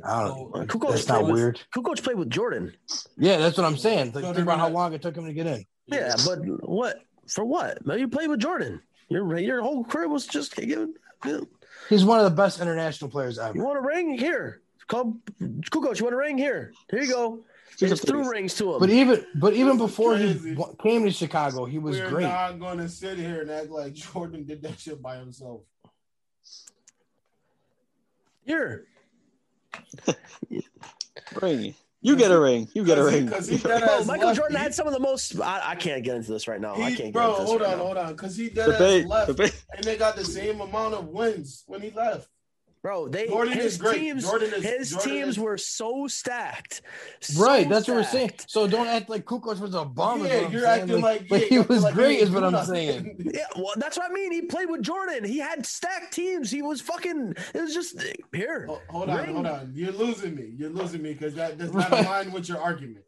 Speaker 4: I don't.
Speaker 1: Oh,
Speaker 3: Kukoc
Speaker 4: that's
Speaker 3: played
Speaker 4: not
Speaker 3: with-
Speaker 4: weird.
Speaker 3: Kukoc played with Jordan.
Speaker 4: Yeah, that's what I'm saying. Like,
Speaker 1: No, no,
Speaker 4: think about
Speaker 1: no,
Speaker 4: how
Speaker 1: no.
Speaker 4: long it took him to get in.
Speaker 3: Yeah, but what for? What? No, you played with Jordan. Your your whole career was just giving. You
Speaker 4: He's one of the best international players ever.
Speaker 3: want a ring here? Call Kukoc. You want a ring here? Here you go. They
Speaker 2: Here's a
Speaker 3: just threw rings to him.
Speaker 4: But even, but even before
Speaker 1: Crazy.
Speaker 4: he wa- came to Chicago, he was
Speaker 1: We're
Speaker 4: great.
Speaker 1: not gonna sit here and act like Jordan did that shit by himself.
Speaker 3: here,
Speaker 2: ring. You get a ring. You get a ring.
Speaker 1: Because he dead
Speaker 3: bro,
Speaker 1: ass
Speaker 3: Oh, Michael
Speaker 1: left.
Speaker 3: Jordan
Speaker 1: He-
Speaker 3: had some of the most. I, I can't get into this right now. Oh, I
Speaker 1: he-
Speaker 3: can't. Get
Speaker 1: bro,
Speaker 3: into this
Speaker 1: hold
Speaker 3: right
Speaker 1: on,
Speaker 3: now.
Speaker 1: hold on, because he dead ass
Speaker 2: Debate.
Speaker 1: left,
Speaker 2: Debate.
Speaker 1: and they got the same amount of wins when he left.
Speaker 3: Bro, they
Speaker 1: Jordan
Speaker 3: his
Speaker 1: is great.
Speaker 3: teams
Speaker 1: Jordan is-
Speaker 3: his
Speaker 1: Jordan
Speaker 3: teams
Speaker 1: is-
Speaker 3: were so stacked.
Speaker 4: Right,
Speaker 3: So
Speaker 4: that's what we're saying.
Speaker 3: stacked.
Speaker 4: So don't act like Kukoc was a bum. is
Speaker 1: yeah,
Speaker 4: what I'm
Speaker 1: you're
Speaker 4: saying.
Speaker 1: acting like,
Speaker 4: like
Speaker 1: yeah,
Speaker 4: he
Speaker 1: you acting
Speaker 4: was
Speaker 1: like
Speaker 4: great,
Speaker 1: didn't
Speaker 4: is what
Speaker 1: do
Speaker 4: I'm
Speaker 1: nothing.
Speaker 4: saying.
Speaker 3: Yeah, well, that's what I mean. He played with Jordan. He had stacked teams. He was fucking. It was just here.
Speaker 1: Ho- Oh, hold on,
Speaker 3: Ring.
Speaker 1: hold on. You're losing me. You're losing me because that does not
Speaker 4: Right.
Speaker 1: align with your argument.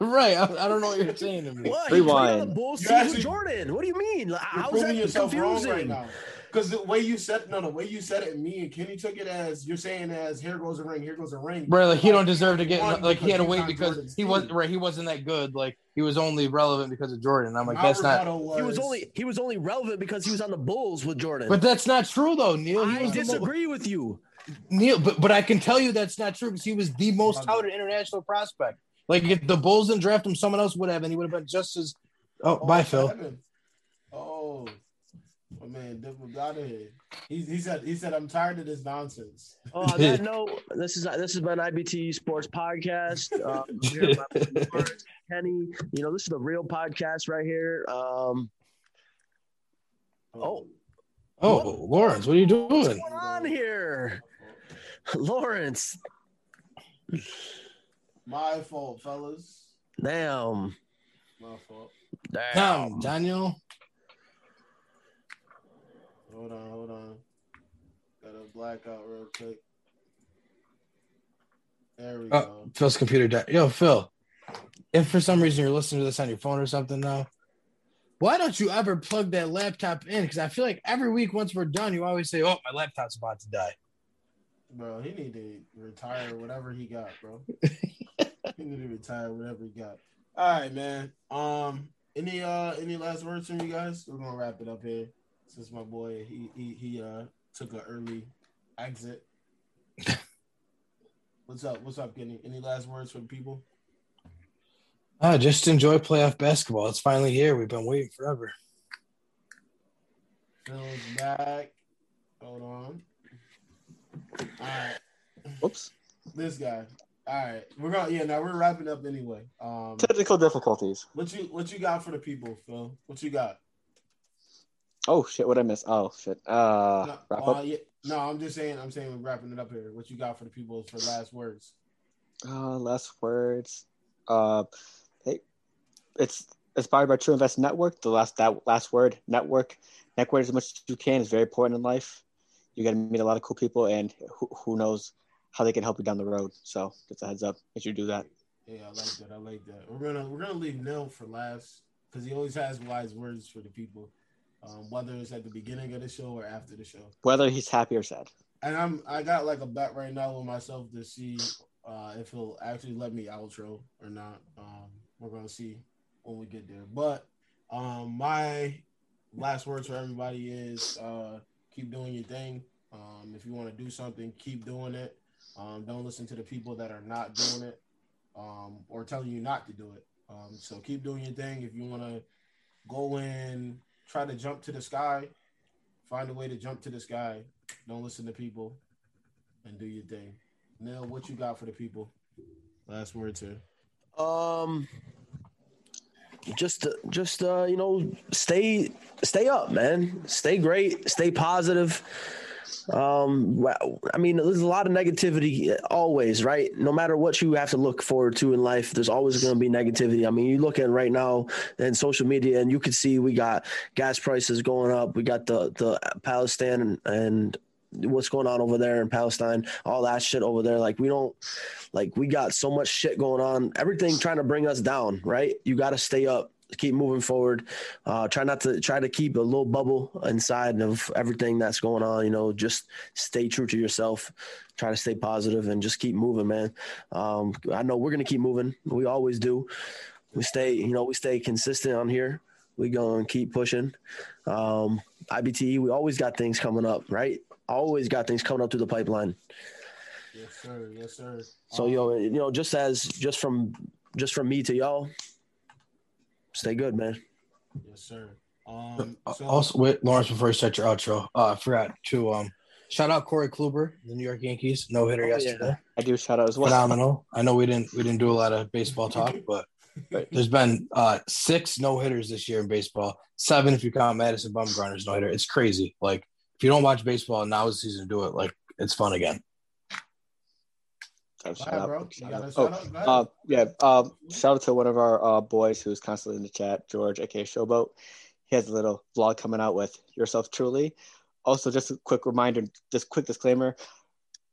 Speaker 4: Right, I, I don't know what you're saying to me.
Speaker 3: What? He played on the
Speaker 2: Rewind.
Speaker 3: Bulls
Speaker 1: You
Speaker 3: team with
Speaker 1: actually-
Speaker 3: Jordan. What do you mean? Like,
Speaker 1: You're
Speaker 3: How's
Speaker 1: proving
Speaker 3: that
Speaker 1: yourself wrong right
Speaker 3: confusing?
Speaker 1: now. Because the way you said no, the way you said it, me and Kenny took it as you're saying as here goes a ring, here goes a ring.
Speaker 4: Right, like he
Speaker 1: Like,
Speaker 4: don't deserve to get
Speaker 1: won
Speaker 4: like he had to
Speaker 1: because
Speaker 4: wait
Speaker 1: he's on
Speaker 4: because
Speaker 1: Jordan's
Speaker 4: he wasn't
Speaker 1: team.
Speaker 4: right. He wasn't that good. Like he was only relevant because of Jordan. I'm like
Speaker 1: My
Speaker 4: that's not.
Speaker 1: rebuttal
Speaker 3: He was only he was only relevant because he was on the Bulls with Jordan.
Speaker 4: But that's not true though, Neil. He
Speaker 3: I
Speaker 4: was the mo-
Speaker 3: disagree with you.
Speaker 4: Neil, but but I can tell you that's not true because he was the most
Speaker 1: Love
Speaker 4: touted international prospect. Like if the Bulls didn't draft him, someone else would have, and he would have been just as. Oh,
Speaker 1: Oh,
Speaker 4: bye,
Speaker 1: what
Speaker 4: Phil.
Speaker 1: happened? Oh, my man, Dipple got it. He, he said he said I'm tired of this nonsense.
Speaker 3: Oh, on that note, this is this has been IBT Sports Podcast. Um, here at my boy Mark, Kenny, you know this is the real podcast right here. Um, oh,
Speaker 4: Oh, Lawrence, what are you doing?
Speaker 3: what's going on here, Lawrence?
Speaker 1: my fault, fellas.
Speaker 3: Damn,
Speaker 1: My fault.
Speaker 4: Damn, Daniel.
Speaker 1: Hold on, hold on. Got a blackout real quick. There we
Speaker 4: Uh,
Speaker 1: go.
Speaker 4: Phil's computer died. Yo, Phil, if for some reason you're listening to this on your phone or something now, why don't you ever plug that laptop in? Because I feel like every week once we're done, you always say, "Oh, my laptop's about to die."
Speaker 1: Bro, he need to retire whatever he got, bro. he need to retire whatever he got. All right, man. Um, any uh any last words from you guys? We're gonna wrap it up here since my boy he he, he uh took an early exit. What's up? What's up, Kenny? Any last words for the people?
Speaker 4: Ah, just enjoy playoff basketball. It's finally here. We've been waiting forever.
Speaker 1: Phil's back. Hold on. All right.
Speaker 2: Oops.
Speaker 1: this guy. All right, we're going. Yeah, now we're wrapping up anyway. Um,
Speaker 2: Technical difficulties.
Speaker 1: what you what you got for the people, Phil? What you got?
Speaker 2: Oh shit! What I miss? Oh shit! Uh,
Speaker 1: No,
Speaker 2: wrap
Speaker 1: uh,
Speaker 2: up.
Speaker 1: yeah, no, I'm just saying. I'm saying we're wrapping it up here. What you got for the people for last words?
Speaker 2: Uh, last words. Uh, hey, it's inspired by True Invest Network. The last that last word network. Network as much as you can is very important in life. You got to meet a lot of cool people, and who, who knows how they can help you down the road. So just a heads up, make sure you do that.
Speaker 1: Yeah, I like that. I like that. We're gonna we're gonna leave Nil for last because he always has wise words for the people, um, whether it's at the beginning of the show or after the show.
Speaker 2: Whether he's happy or sad.
Speaker 1: And I'm I got like a bet right now with myself to see uh, if he'll actually let me outro or not. Um, we're gonna see when we get there. But um, my last words for everybody is uh, keep doing your thing. Um, if you want to do something, keep doing it. Um, don't listen to the people that are not doing it um, or telling you not to do it. Um, so keep doing your thing. If you want to go and try to jump to the sky, find a way to jump to the sky. Don't listen to people and do your thing. Now, what you got for the people? Last words here.
Speaker 3: Um, just, just uh, you know, stay, stay up, man. Stay great. Stay positive. Um, wow. I mean, there's a lot of negativity always, right? No matter what you have to look forward to in life, there's always going to be negativity. I mean, you look at right now in social media, and you can see we got gas prices going up. We got the the Palestine and, and what's going on over there in Palestine, all that shit over there. Like we don't like we got so much shit going on. Everything trying to bring us down, right? You got to stay up keep moving forward. Uh, try not to try to keep a little bubble inside of everything that's going on. You know, just stay true to yourself. Try to stay positive and just keep moving, man. Um, I know we're gonna keep moving. We always do. We stay, you know, we stay consistent on here. We gonna keep pushing. Um, IBTE, we always got things coming up, right? Always got things coming up through the pipeline.
Speaker 1: Yes, sir. Yes, sir.
Speaker 3: So,
Speaker 1: Um,
Speaker 3: yo, you know, just as just from just from me to y'all, stay good, man.
Speaker 1: Yes, sir. Um,
Speaker 2: Uh,
Speaker 1: so,
Speaker 4: Uh, also, wait, Lawrence, before you start your outro, uh, I forgot to um, shout out Corey Kluber, the New York Yankees, no hitter
Speaker 3: Oh, yeah.
Speaker 4: yesterday.
Speaker 2: I do shout out as well.
Speaker 4: Phenomenal. I know we didn't we didn't do a lot of baseball talk, but there's been uh, six no hitters this year in baseball. Seven if you count Madison Bumgarner's no hitter. It's crazy. Like if you don't watch baseball, now's the season to do it. Like it's fun again.
Speaker 2: Shout
Speaker 1: Go ahead,
Speaker 2: out,
Speaker 1: bro. You
Speaker 2: shout
Speaker 1: got
Speaker 2: out.
Speaker 1: a shout
Speaker 2: Oh,
Speaker 1: out? Go ahead.
Speaker 2: Uh, yeah. Um, shout out to one of our uh, boys who's constantly in the chat, George, aka Showboat. He has a little vlog coming out with yourself truly. Also, just a quick reminder, just quick disclaimer: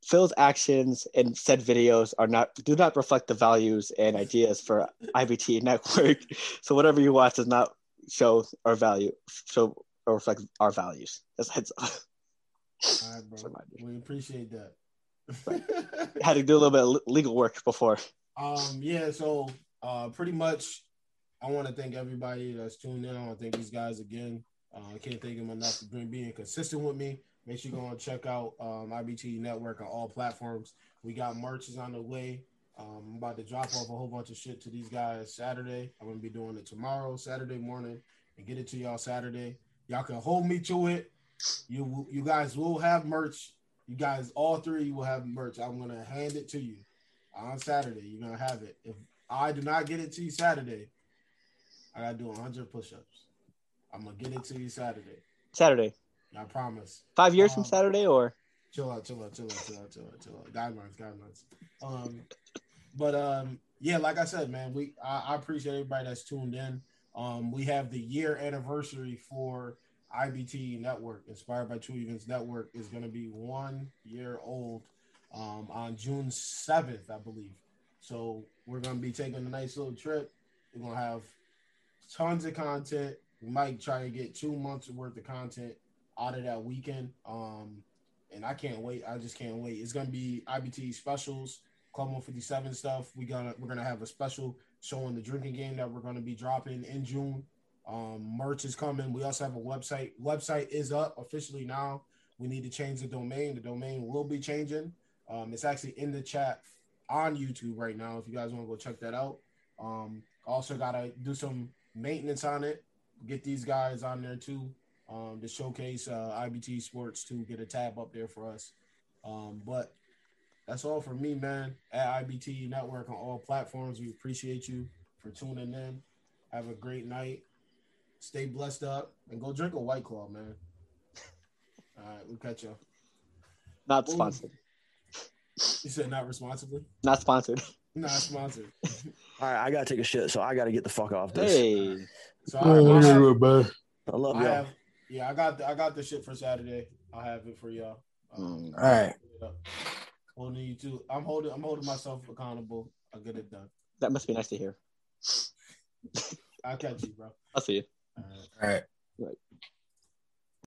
Speaker 2: Phil's actions and said videos are not do not reflect the values and ideas for IBT Network. So whatever you watch does not show our value, show or reflect our values. That's heads up.
Speaker 1: All right, bro.
Speaker 2: Reminder.
Speaker 1: We appreciate that.
Speaker 2: Had to do a little bit of le- legal work before.
Speaker 1: um, yeah, so uh, pretty much, I want to thank everybody that's tuned in. I want to thank these guys again. Uh, I can't thank them enough for being- being consistent with me. Make sure you go and check out um, IBT Network on all platforms. We got merch is on the way. Um, I'm about to drop off a whole bunch of shit to these guys Saturday. I'm gonna be doing it tomorrow, Saturday morning, and get it to y'all Saturday. Y'all can hold me to it. You you guys will have merch. You guys, all three, you will have merch. I'm gonna hand it to you on Saturday. You're gonna have it. If I do not get it to you Saturday, I gotta do 100 push-ups. I'm gonna get it to you Saturday.
Speaker 2: Saturday,
Speaker 1: I promise.
Speaker 2: five years
Speaker 1: Um,
Speaker 2: from Saturday, or
Speaker 1: Chill out, chill out, chill out, chill out, chill out, chill out. Guidelines, guidelines. Um, but um, yeah, like I said, man, we I, I appreciate everybody that's tuned in. Um, we have the year anniversary for IBT Network, Inspired by True Events Network, is going to be one year old um, on June seventh, I believe. So we're going to be taking a nice little trip. We're going to have tons of content. We might try and get two months worth of content out of that weekend. Um, and I can't wait. I just can't wait. It's gonna be IBT specials, Club 157 stuff. We gonna we're gonna have a special showing the drinking game that we're gonna be dropping in June. Um, merch is coming. We also have a website. Website is up officially now. We need to change the domain. The domain will be changing. Um, it's actually in the chat on YouTube right now. If you guys want to go check that out. Um, also gotta do some maintenance on it. Get these guys on there too um, to showcase uh, IBT Sports to get a tab up there for us. Um, but that's all for me, man. At IBT Network on all platforms, we appreciate you for tuning in. Have a great night. Stay blessed up and go drink a White Claw, man. All right, we'll catch you.
Speaker 2: not
Speaker 1: Ooh.
Speaker 2: sponsored.
Speaker 1: You said not responsibly?
Speaker 2: Not sponsored.
Speaker 1: Not sponsored.
Speaker 3: All right, I gotta take a shit, so I gotta get the fuck off this.
Speaker 2: Hey.
Speaker 1: So I, I, have,
Speaker 3: I love
Speaker 1: I
Speaker 3: y'all.
Speaker 1: have, yeah, I got, the, I got the shit for Saturday. I'll have it for y'all.
Speaker 2: Mm.
Speaker 1: Um,
Speaker 4: All right.
Speaker 1: Holding you too. I'm holding. I'm holding myself accountable. I'll get it done.
Speaker 2: That must be nice to hear.
Speaker 1: I'll catch you, bro.
Speaker 2: I'll see you.
Speaker 1: All right.
Speaker 4: All right.